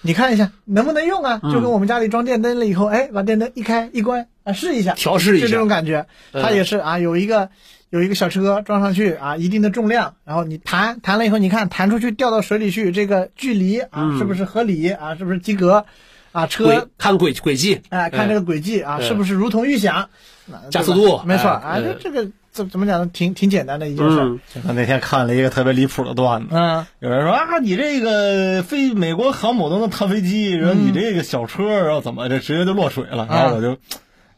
Speaker 1: 你看一下能不能用啊？就
Speaker 2: 嗯
Speaker 1: 跟我们家里装电灯了以后，哎，把电灯一开一关啊，试一下，
Speaker 2: 调试一
Speaker 1: 就这
Speaker 2: 下
Speaker 1: 种，感觉。
Speaker 2: 嗯
Speaker 1: 它也是啊，有一个有一个小车装上去啊，一定的重量，然后你弹弹了以后，你看弹出去掉到水里去，这个距离啊、
Speaker 2: 嗯
Speaker 1: 是不是合理啊？是不是及格？啊，车
Speaker 2: 轨看轨轨迹，
Speaker 1: 哎、看这个轨迹啊，
Speaker 2: 嗯
Speaker 1: 是不是如同预想？那对
Speaker 2: 加
Speaker 1: 吧
Speaker 2: 速度
Speaker 1: 没错啊，
Speaker 2: 哎
Speaker 1: 这
Speaker 2: 嗯
Speaker 1: 这个怎怎么讲呢？挺挺简单的一件事儿。
Speaker 2: 嗯，
Speaker 3: 我那天看了一个特别离谱的段子，
Speaker 1: 嗯
Speaker 3: 有人说啊，你这个飞美国航母都能弹飞机，然后
Speaker 1: 嗯
Speaker 3: 你这个小车，然后怎么这直接就落水了？
Speaker 1: 啊
Speaker 3: 然后我就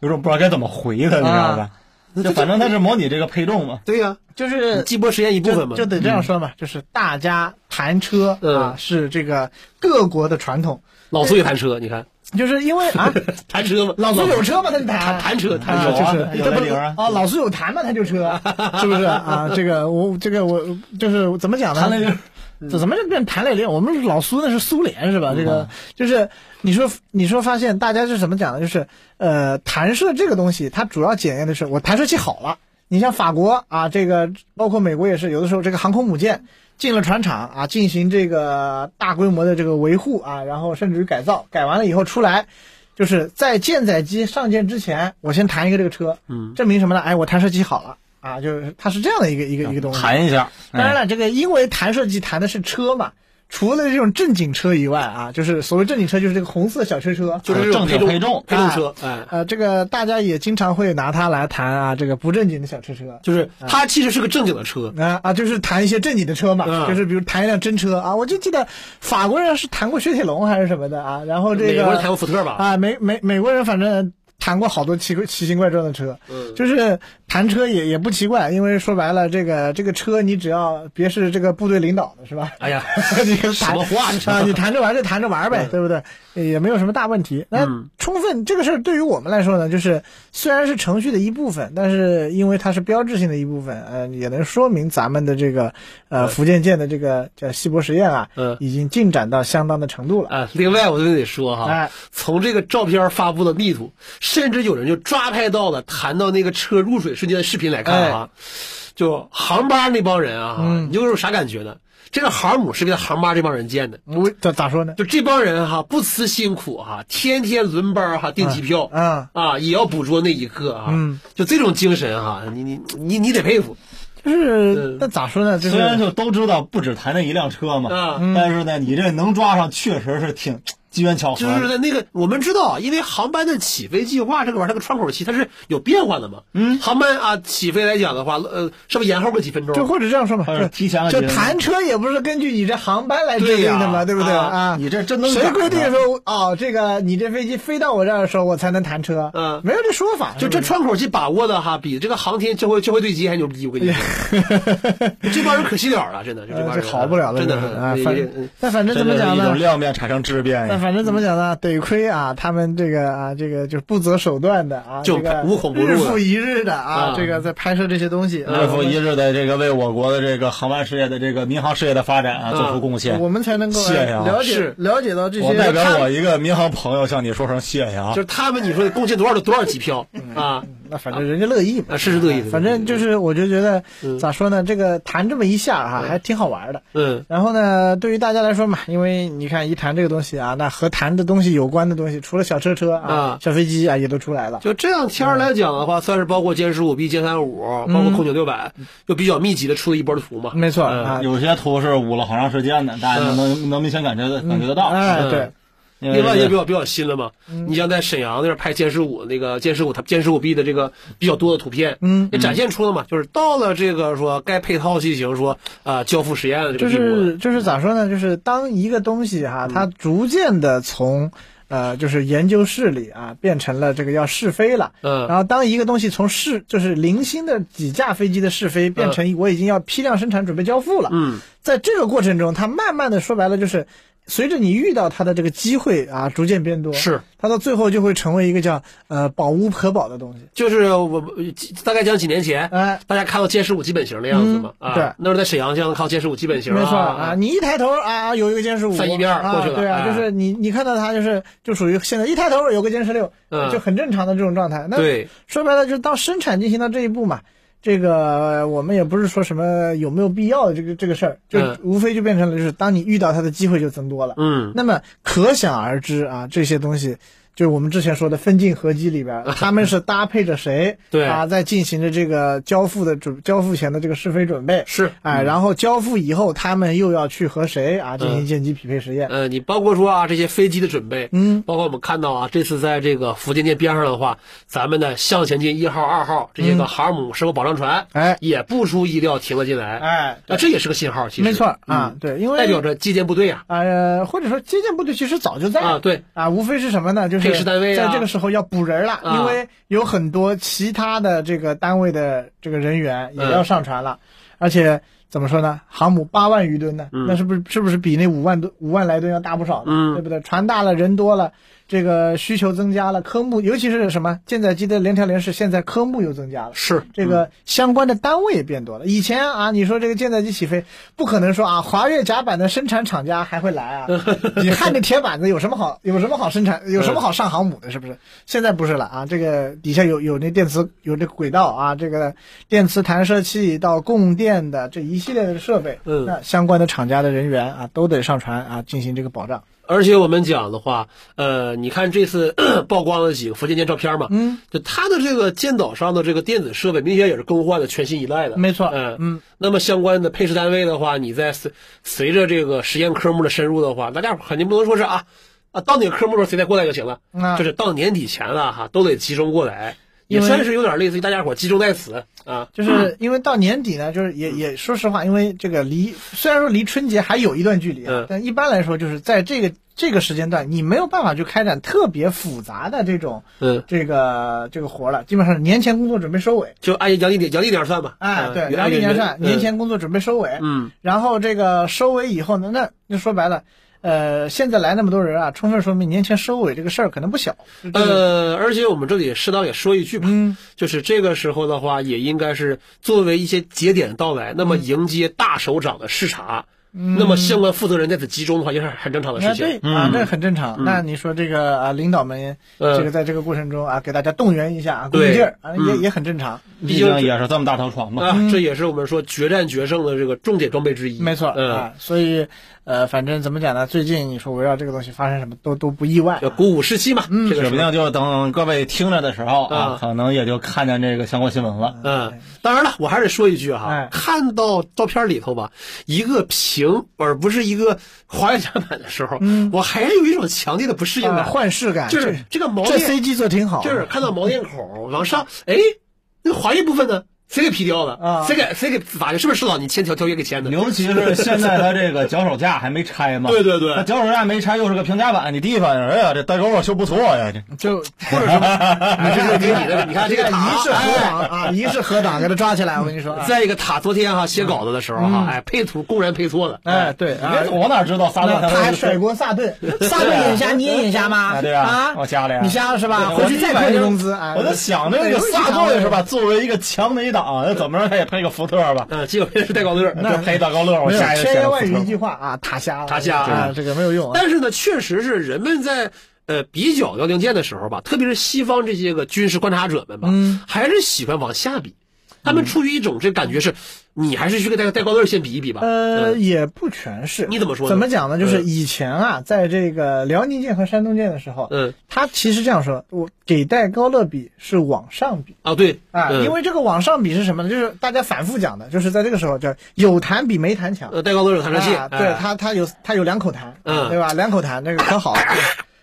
Speaker 3: 有种不知道该怎么回他，你知道吧？就反正他是模拟这个配重嘛，
Speaker 2: 对呀，
Speaker 1: 就是
Speaker 2: 季播实验一部分嘛，
Speaker 1: 就就得这样说嘛，就是大家谈车啊
Speaker 2: 嗯
Speaker 1: 是这个各国的传统，
Speaker 2: 老苏也谈车，你看
Speaker 1: 就是因为啊
Speaker 2: 谈车嘛，
Speaker 1: 老苏有车嘛，他就
Speaker 2: 谈
Speaker 1: 谈。
Speaker 2: 谈车
Speaker 1: 啊
Speaker 2: 谈车，
Speaker 1: 就是
Speaker 3: 有
Speaker 1: 他
Speaker 3: 的
Speaker 1: 不
Speaker 3: 理由啊
Speaker 1: 啊，老苏有谈嘛，他就车，是不是啊？这个我这个我就是怎么讲呢？
Speaker 3: 谈了一个
Speaker 1: 怎怎么就变谈了一个？我们老苏那是苏联是吧？这个就是你说你说发现大家是怎么讲的？就是呃，弹射这个东西，它主要检验的是我弹射器好了。你像法国啊，这个包括美国也是，有的时候这个航空母舰进了船厂啊，进行这个大规模的这个维护啊，然后甚至于改造，改完了以后出来，就是在舰载机上舰之前，我先弹一个这个车，
Speaker 2: 嗯，
Speaker 1: 证明什么呢？哎，我弹射机好了啊，就是它是这样的一个一个一个东西。
Speaker 3: 谈一下，
Speaker 1: 当然
Speaker 3: 了，
Speaker 2: 哎
Speaker 1: 了，这个因为弹射机弹的是车嘛，除了这种正经车以外啊，就是所谓正经车就是这个红色小车车，
Speaker 2: 就是这种
Speaker 3: 正经
Speaker 2: 配
Speaker 3: 配重
Speaker 2: 配重车，哎，
Speaker 1: 呃，这个大家也经常会拿它来谈啊，这个不正经的小车车。
Speaker 2: 就是它其实是个正经的车，
Speaker 1: 啊啊，就是谈一些正经的车嘛，
Speaker 2: 嗯
Speaker 1: 就是比如谈一辆真车啊，我就记得法国人是谈过雪铁龙还是什么的啊，然后这
Speaker 2: 美
Speaker 1: 个
Speaker 2: 国人谈过福特吧，
Speaker 1: 啊美美美国人反正谈过好多奇怪奇形怪状的车，
Speaker 2: 嗯，
Speaker 1: 就是谈车也也不奇怪，因为说白了这个这个车你只要别是这个部队领导的是吧？
Speaker 2: 哎呀，
Speaker 1: 你跟
Speaker 2: 什
Speaker 1: 谈
Speaker 2: 么话这 是
Speaker 1: 啊，你谈着玩就谈着玩呗，对不对？也没有什么大问题。那
Speaker 2: 嗯
Speaker 1: 充分这个事儿对于我们来说呢，就是虽然是程序的一部分，但是因为它是标志性的一部分，呃，也能说明咱们的这个呃福建舰的这个叫西伯实验啊，
Speaker 2: 嗯
Speaker 1: 已经进展到相当的程度了。
Speaker 2: 啊，另外我就得说哈，
Speaker 1: 哎
Speaker 2: 从这个照片发布的密度，甚至有人就抓拍到了谈到那个车入水瞬间的视频来看啊，就航班那帮人啊，
Speaker 1: 哎嗯
Speaker 2: 你就是啥感觉呢？这个航母是为了航班这帮人建的，
Speaker 1: 我嗯咋咋说呢？
Speaker 2: 就这帮人哈、不辞辛苦哈、天天轮班哈、订机票、
Speaker 1: 啊，
Speaker 2: 啊，也要捕捉那一刻啊，
Speaker 1: 嗯
Speaker 2: 就这种精神哈、你你你你得佩服
Speaker 1: 就是
Speaker 2: 嗯
Speaker 1: 那咋说呢？就
Speaker 3: 哎虽然
Speaker 1: 是
Speaker 3: 就都知道不只谈那一辆车嘛，
Speaker 2: 啊。
Speaker 3: 但是呢，你这能抓上确实是挺机缘巧合
Speaker 2: 就
Speaker 3: 的。
Speaker 2: 是在那个，我们知道，因为航班的起飞计划这个玩意儿，这个窗口期它是有变化的嘛。嗯，航班啊，起飞来讲的话，呃，是不是延后个几分钟？
Speaker 1: 就或者这样说吧，
Speaker 3: 或者
Speaker 1: 就
Speaker 3: 提前了
Speaker 1: 就
Speaker 3: 几分钟
Speaker 1: 谈车也不是根据你这航班来制
Speaker 2: 对
Speaker 1: 定
Speaker 2: 呀
Speaker 1: 的嘛，对不对
Speaker 2: 啊
Speaker 1: 啊？
Speaker 3: 你这真能
Speaker 1: 谁
Speaker 3: 赶
Speaker 1: 规定
Speaker 3: 上
Speaker 1: 说哦，这个你这飞机飞到我这儿的时候，我才能弹车？
Speaker 2: 嗯
Speaker 1: 没有这说法，
Speaker 2: 就这
Speaker 1: 是
Speaker 2: 窗口期把握的哈，比这个航天交会交会对接还牛逼，我跟你说，这帮人可惜了了，真的，就
Speaker 1: 不是呃
Speaker 2: 这帮 人
Speaker 1: 这好不了了，
Speaker 2: 真的
Speaker 1: 这
Speaker 2: 是
Speaker 1: 是啊，
Speaker 2: 这
Speaker 1: 反
Speaker 2: 这嗯
Speaker 1: 但反正
Speaker 3: 这
Speaker 1: 怎
Speaker 3: 就
Speaker 1: 么
Speaker 3: 是
Speaker 1: 讲
Speaker 3: 一种
Speaker 1: 呢？
Speaker 3: 量变产生质变
Speaker 1: 但
Speaker 3: 呀。
Speaker 1: 反正怎么讲呢？得亏啊，他们这个啊，这个就是不择手段的啊，
Speaker 2: 就
Speaker 1: 这个
Speaker 2: 无孔不入
Speaker 1: 日
Speaker 2: 了
Speaker 1: 复一日的啊，
Speaker 2: 啊
Speaker 1: 这个在拍摄这些东西，呃
Speaker 3: 日复一
Speaker 1: 日，
Speaker 3: 日的这个为我国的这个航班事业的这个民航事业的发展啊做出贡献。
Speaker 1: 我们才能够呃
Speaker 3: 谢谢啊
Speaker 1: 了解
Speaker 2: 是
Speaker 1: 了解到这
Speaker 3: 我代
Speaker 1: 些。
Speaker 3: 表我一个民航朋友向你说声谢谢啊
Speaker 2: 就！是他们你说贡献多少的多少机票啊
Speaker 1: 那反正人家乐意嘛
Speaker 2: 啊，，是是乐意的，
Speaker 1: 反正就是我就觉得
Speaker 2: 嗯
Speaker 1: 咋说呢？这个谈这么一下啊，还挺好玩的。
Speaker 2: 嗯
Speaker 1: 然后呢，对于大家来说嘛，因为你看一谈这个东西啊，那和谈的东西有关的东西，除了小车车啊、
Speaker 2: 啊
Speaker 1: 小飞机啊，也都出来了。
Speaker 2: 就这两天儿来讲的话，算是包括歼十五 B、歼三五，包括
Speaker 1: 嗯
Speaker 2: 空九六百，就比较密集的出了一波的图嘛。
Speaker 1: 没错、
Speaker 2: 嗯
Speaker 1: 啊，
Speaker 3: 有些图是捂了好长时间的，大家能能能明显感觉得感觉得到。啊
Speaker 1: 哎，
Speaker 2: 嗯
Speaker 1: 对，
Speaker 3: 因为
Speaker 2: 另外
Speaker 3: 这
Speaker 2: 也
Speaker 3: 个
Speaker 2: 比较比较新了嘛，
Speaker 1: 嗯
Speaker 2: 你像在沈阳那边拍歼十五那个歼十五它歼十五 B 的这个比较多的图片，
Speaker 1: 嗯，
Speaker 2: 也展现出了嘛，就是到了这个说该配套进行说啊交付实验的这
Speaker 1: 就
Speaker 2: 个地步了，
Speaker 1: 是就是咋说呢？就是当一个东西哈、
Speaker 3: 嗯
Speaker 1: 它逐渐的从呃，就是研究室里啊，变成了这个要试飞了。
Speaker 2: 嗯
Speaker 1: 然后，当一个东西从试就是零星的几架飞机的试飞，变
Speaker 3: 嗯
Speaker 1: 成我已经要批量生产准备交付了，
Speaker 2: 嗯，
Speaker 1: 在这个过程中，它慢慢的说白了就是，随着你遇到它的这个机会啊，逐渐变多，
Speaker 2: 是，
Speaker 1: 它到最后就会成为一个叫呃保无可保的东西。
Speaker 2: 就是我几大概讲几年前，
Speaker 1: 哎，
Speaker 2: 大家看到歼十五基本型的样子嘛，
Speaker 1: 嗯
Speaker 2: 啊，
Speaker 1: 对
Speaker 2: 那时候在沈阳像看到歼十五基本型，
Speaker 1: 没错啊，
Speaker 2: 啊，
Speaker 1: 你一抬头啊，有一个歼十五，
Speaker 2: 翻一边儿
Speaker 1: 啊
Speaker 2: 过去了
Speaker 1: 对啊，
Speaker 2: 哎
Speaker 1: 就是你你看到它就是就属于现在一抬头有个歼十六，
Speaker 2: 嗯
Speaker 1: 就很正常的这种状态。那
Speaker 2: 对，
Speaker 1: 说白了，就是到生产进行到这一步嘛。这个呃我们也不是说什么有没有必要的这个这个事儿，就
Speaker 2: 嗯
Speaker 1: 无非就变成了就是当你遇到它的机会就增多了。
Speaker 2: 嗯，
Speaker 1: 那么可想而知啊，这些东西就是我们之前说的分镜合击里边，他们是搭配着谁
Speaker 2: 对
Speaker 1: 啊，在进行着这个交付的准交付前的这个试飞准备。
Speaker 2: 是。
Speaker 1: 哎，然后交付以后，他们又要去和谁啊进
Speaker 2: 嗯
Speaker 1: 行舰机匹配实验？
Speaker 2: 呃，你包括说啊，这些飞机的准备，
Speaker 1: 嗯，
Speaker 2: 包括我们看到啊，这次在这个福建舰边上的话，咱们的向前进一号、二号这
Speaker 1: 嗯
Speaker 2: 些个航母生物保障船，
Speaker 1: 哎
Speaker 2: 也不出意料停了进来，
Speaker 1: 哎，
Speaker 2: 啊，这也是个信号，其实
Speaker 1: 没错啊
Speaker 2: 嗯，
Speaker 1: 对，因为
Speaker 2: 代表着基建部队啊，
Speaker 1: 呃，或者说接舰部队其实早就在
Speaker 2: 啊，
Speaker 1: 了
Speaker 2: 对，
Speaker 1: 啊，无非是什么呢？就就是
Speaker 2: 配事单位啊
Speaker 1: 在这个时候要补人了，
Speaker 2: 啊
Speaker 1: 因为有很多其他的这个单位的这个人员
Speaker 2: 嗯
Speaker 1: 也要上船了，而且怎么说呢，航母八万余吨呢，
Speaker 2: 嗯
Speaker 1: 那是不是是不是比那五万吨五万来吨要大不少呢？
Speaker 2: 嗯
Speaker 1: 对不对？船大了，人多了，这个需求增加了，科目尤其是什么舰载机的联调联试，现在科目又增加了。
Speaker 2: 是
Speaker 1: 这个相关的单位也变多了。以前啊，你说这个舰载机起飞，不可能说啊，华越甲板的生产厂家还会来 啊，你焊着铁板子有什么好有什么好生产有什么好上航母的，是不是？现在不是了啊，这个底下有有那电磁有这个轨道啊，这个电磁弹射器到供电的这一系列的设备，
Speaker 2: 嗯
Speaker 1: 那相关的厂家的人员啊都得上船啊进行这个保障。
Speaker 2: 而且我们讲的话，呃，你看这次 曝光了几个福建舰照片嘛，
Speaker 1: 嗯，
Speaker 2: 就它的这个舰岛上的这个电子设备，明显也是更换的全新一代的。
Speaker 1: 没错
Speaker 2: 嗯
Speaker 1: 嗯。
Speaker 2: 那么相关的配饰单位的话，你在随随着这个实验科目的深入的话，大家肯定不能说是啊啊，到哪个科目的时候谁再过来就行了，
Speaker 1: 那
Speaker 2: 就是到年底前了哈，都得集中过来，也
Speaker 1: 啊因为
Speaker 2: 算是有点类似于大家伙集中在此啊。
Speaker 1: 就是因为到年底呢，就是也也说实话，因为这个离虽然说离春节还有一段距离啊
Speaker 2: 嗯，
Speaker 1: 但一般来说就是在这个这个时间段，你没有办法去开展特别复杂的这种
Speaker 2: 嗯，
Speaker 1: 这个这个活了，基本上年前工作准备收尾。
Speaker 2: 就按杨历年杨历年算吧。
Speaker 1: 哎，
Speaker 2: 嗯
Speaker 1: 对，然后一年算年。前工作准备收尾，
Speaker 2: 嗯嗯，
Speaker 1: 然后这个收尾以后呢，那那说白了，呃，现在来那么多人啊，充分说明年前收尾这个事儿可能不小。就是，
Speaker 2: 呃，而且我们这里适当也说一句吧，
Speaker 1: 嗯，
Speaker 2: 就是这个时候的话，也应该是作为一些节点到来，那么
Speaker 1: 嗯
Speaker 2: 迎接大首长的视察，那么相关负责人在此集中的话，也是很正常的
Speaker 1: 啊，嗯
Speaker 2: 事
Speaker 1: 对
Speaker 2: 情。
Speaker 1: 啊，
Speaker 3: 嗯
Speaker 1: 这很正常。那你说这个啊，领导们
Speaker 2: 嗯
Speaker 1: 这个在这个过程中啊，给大家动员一下啊，鼓鼓劲儿啊，
Speaker 2: 对
Speaker 1: 也
Speaker 2: 嗯
Speaker 1: 也很正常。
Speaker 3: 毕竟也是这么大条船嘛。
Speaker 2: 啊，这也是我们说决战决胜的这个重点装备之
Speaker 1: 嗯
Speaker 2: 一。
Speaker 1: 没错
Speaker 2: 嗯，
Speaker 1: 啊，所以呃，反正怎么讲呢？最近你说围绕这个东西发生什么都都不意外
Speaker 2: 要。呃鼓舞士气嘛，
Speaker 1: 嗯
Speaker 2: 这个
Speaker 3: 指
Speaker 2: 时
Speaker 3: 不
Speaker 2: 候。
Speaker 3: 定就等各位听着的时候
Speaker 2: 啊
Speaker 3: 啊，可能也就看见这个相关新闻了。
Speaker 2: 嗯，当然了，我还是得说一句哈，
Speaker 1: 哎
Speaker 2: 看到照片里头吧，一个平而不是一个滑跃甲板的时候，我还是有一种强烈的不适
Speaker 1: 嗯
Speaker 2: 应
Speaker 1: 啊，
Speaker 2: 感，
Speaker 1: 幻视感，
Speaker 2: 就是这个毛
Speaker 1: 这啊
Speaker 2: 病。
Speaker 1: CG 做挺好，
Speaker 2: 就是看到毛电孔往上，哎，那华裔部分呢？谁给劈掉了？
Speaker 1: 啊
Speaker 2: 谁给谁给咋的？是不是石老你签条条约给签的？
Speaker 3: 尤其是现在它这个脚手架还没拆嘛，
Speaker 2: 对对对
Speaker 3: 那脚手架没拆又是个平甲板的地方，哎呀，这代沟啊修不错呀，这
Speaker 1: 就
Speaker 2: 或者 什么？你这个给哎你的，你看这个塔
Speaker 1: 一是合
Speaker 2: 哎
Speaker 1: 党啊，一是合党，给他抓起来，我跟你说。啊
Speaker 2: 再一个塔，昨天哈写稿子的时候哈，哎，配图公然配错了。
Speaker 1: 嗯哎，对啊
Speaker 3: 那，我哪知道仨
Speaker 1: 那
Speaker 3: 段
Speaker 1: 他还甩过 萨顿，萨顿眼瞎，你也眼瞎吗？
Speaker 3: 啊，对啊，我瞎了呀，
Speaker 1: 你瞎了是吧？回去再
Speaker 3: 拍
Speaker 1: 赔工资啊！
Speaker 3: 我就想着这个仨队是吧？作为一个强美党，那怎么着他也配个福特吧？
Speaker 2: 嗯，结果这是带稿子。
Speaker 3: 那配大高乐，我
Speaker 1: 没有？
Speaker 3: 下一个
Speaker 1: 千
Speaker 3: 选
Speaker 1: 言
Speaker 3: 个
Speaker 1: 万语一
Speaker 3: 福特。
Speaker 1: 句话啊，塔瞎了，
Speaker 2: 塔瞎
Speaker 1: 啊，
Speaker 2: 嗯
Speaker 1: 这个没有用啊。
Speaker 2: 但是呢，确实是人们在呃比较幺零舰的时候吧，特别是西方这些个军事观察者们吧，
Speaker 1: 嗯
Speaker 2: 还是喜欢往下比。他们出于一种这感觉是，你还是去跟带带高乐先比一比吧。
Speaker 1: 呃，
Speaker 2: 嗯，
Speaker 1: 也不全是。
Speaker 2: 你怎么说呢
Speaker 1: 怎么讲呢？就是
Speaker 2: 嗯
Speaker 1: 以前啊，在这个辽宁舰和山东舰的时候，
Speaker 3: 呃
Speaker 2: 嗯，
Speaker 1: 他其实这样说，我给戴高乐比是往上比。
Speaker 2: 啊，对
Speaker 1: 啊，
Speaker 2: 嗯
Speaker 1: 因为这个往上比是什么呢？就是大家反复讲的，就是在这个时候叫有谈比没谈强。
Speaker 2: 呃，戴高乐有弹射器，
Speaker 1: 啊、
Speaker 2: 哎
Speaker 1: 对他，他有他有两口痰，
Speaker 2: 嗯
Speaker 1: 对吧？两口痰那个可 好了。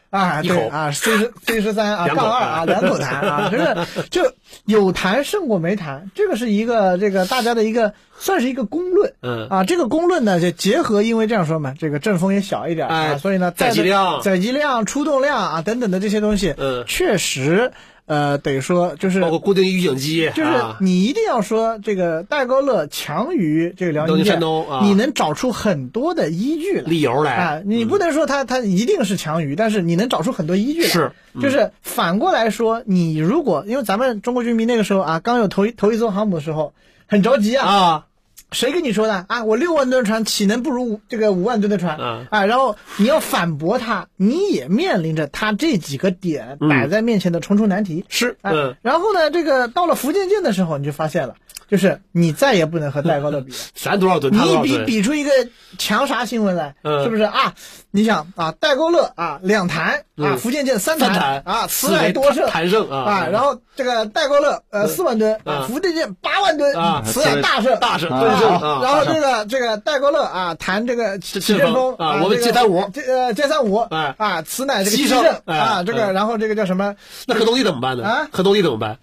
Speaker 1: 啊，
Speaker 2: 一
Speaker 1: 对
Speaker 2: 口
Speaker 1: 啊，C 十 C 十三啊，
Speaker 2: 两口
Speaker 1: 杠二啊，两口痰啊，就是 就有痰胜过没痰，这个是一个这个大家的一个算是一个公论
Speaker 2: 嗯
Speaker 1: 啊，这个公论呢就结合，因为这样说嘛，这个阵风也小一点啊，
Speaker 2: 哎
Speaker 1: 所以呢
Speaker 2: 载
Speaker 1: 的
Speaker 2: 机量
Speaker 1: 载机量、出动量啊等等的这些东西，
Speaker 2: 嗯
Speaker 1: 确实呃得说就是
Speaker 2: 包括固定预警机，
Speaker 1: 就是
Speaker 2: 啊、
Speaker 1: 你一定要说这个戴高乐强于这个辽
Speaker 2: 辽
Speaker 1: 宁
Speaker 2: 宁
Speaker 1: 舰
Speaker 2: 山东啊
Speaker 1: 你能找出很多的依据来。
Speaker 2: 理由来，
Speaker 1: 啊，你不能说他他一定是强于，但是你能找出很多依据来。
Speaker 2: 是，嗯
Speaker 1: 就是反过来说，你如果因为咱们中国军迷那个时候啊，刚有头一头一艘航母的时候，很着急啊，
Speaker 2: 啊，
Speaker 1: 谁跟你说的啊？我六万吨的船岂能不如五这个五万吨的船
Speaker 2: 啊
Speaker 1: 啊？然后你要反驳他，你也面临着他这几个点
Speaker 2: 嗯
Speaker 1: 摆在面前的重重难题。
Speaker 2: 是，
Speaker 1: 哎
Speaker 2: 嗯，
Speaker 1: 然后呢，这个到了福建舰的时候，你就发现了，就是你再也不能和戴高乐比了。
Speaker 2: 咱多少吨，
Speaker 1: 你
Speaker 2: 他多
Speaker 1: 一
Speaker 2: 少
Speaker 1: 比
Speaker 2: 吨，
Speaker 1: 比出一个强啥新闻来，
Speaker 2: 嗯
Speaker 1: 是不是啊？你想啊，戴高乐啊，两弹啊，
Speaker 2: 嗯
Speaker 1: 福建舰三
Speaker 2: 三
Speaker 1: 弹
Speaker 2: 弹
Speaker 1: 啊，
Speaker 2: 四
Speaker 1: 此乃
Speaker 2: 为
Speaker 1: 多胜
Speaker 2: 弹胜啊
Speaker 1: 啊，然后这个戴高乐呃四万吨啊，
Speaker 2: 啊
Speaker 1: 福建舰八万吨
Speaker 2: 啊
Speaker 1: 此乃大胜
Speaker 2: 大胜
Speaker 1: 啊
Speaker 2: 顿胜啊
Speaker 1: 然后这个这个戴高乐啊，弹这个起起阵风
Speaker 2: 阵风啊我们
Speaker 1: 这个
Speaker 2: 接三五
Speaker 1: 这呃接三五
Speaker 2: 哎
Speaker 1: 啊，此乃这个七
Speaker 2: 牺牲
Speaker 1: 胜
Speaker 2: 哎
Speaker 1: 啊，这个
Speaker 2: 嗯
Speaker 1: 然后这个叫什么？
Speaker 2: 那核动力怎么办呢？
Speaker 1: 啊
Speaker 2: 核动力怎么办？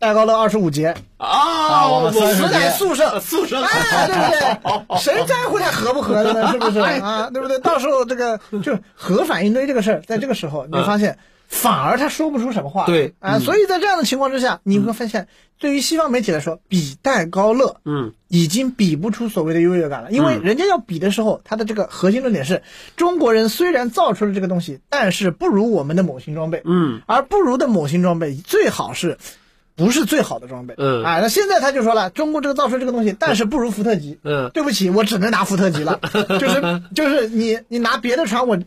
Speaker 1: 戴高乐二十五节，
Speaker 2: 啊，
Speaker 3: 我们
Speaker 2: 我
Speaker 3: 三十
Speaker 1: 死
Speaker 3: 节
Speaker 1: 乃速胜。
Speaker 2: 速胜，
Speaker 1: 哎，对不对？谁在乎他合不合的呢？是不是啊？对不对？到时候这个就是核反应堆这个事儿，在这个时候你会发现，反而他说不出什么话。
Speaker 2: 对
Speaker 1: 啊，所以在这样的情况之下，你会发现，对于西方媒体来说，比戴高乐
Speaker 2: 嗯，
Speaker 1: 已经比不出所谓的优越感了，因为人家要比的时候，他的这个核心论点是：中国人虽然造出了这个东西，但是不如我们的某型装备。
Speaker 2: 嗯，
Speaker 1: 而不如的某型装备最好是。不是最好的装备，
Speaker 2: 嗯
Speaker 1: 啊，那现在他就说了，中国这个造出这个东西，但是不如福特级，
Speaker 2: 嗯
Speaker 1: 对不起，我只能拿福特级 了，就是就是你你拿别的船我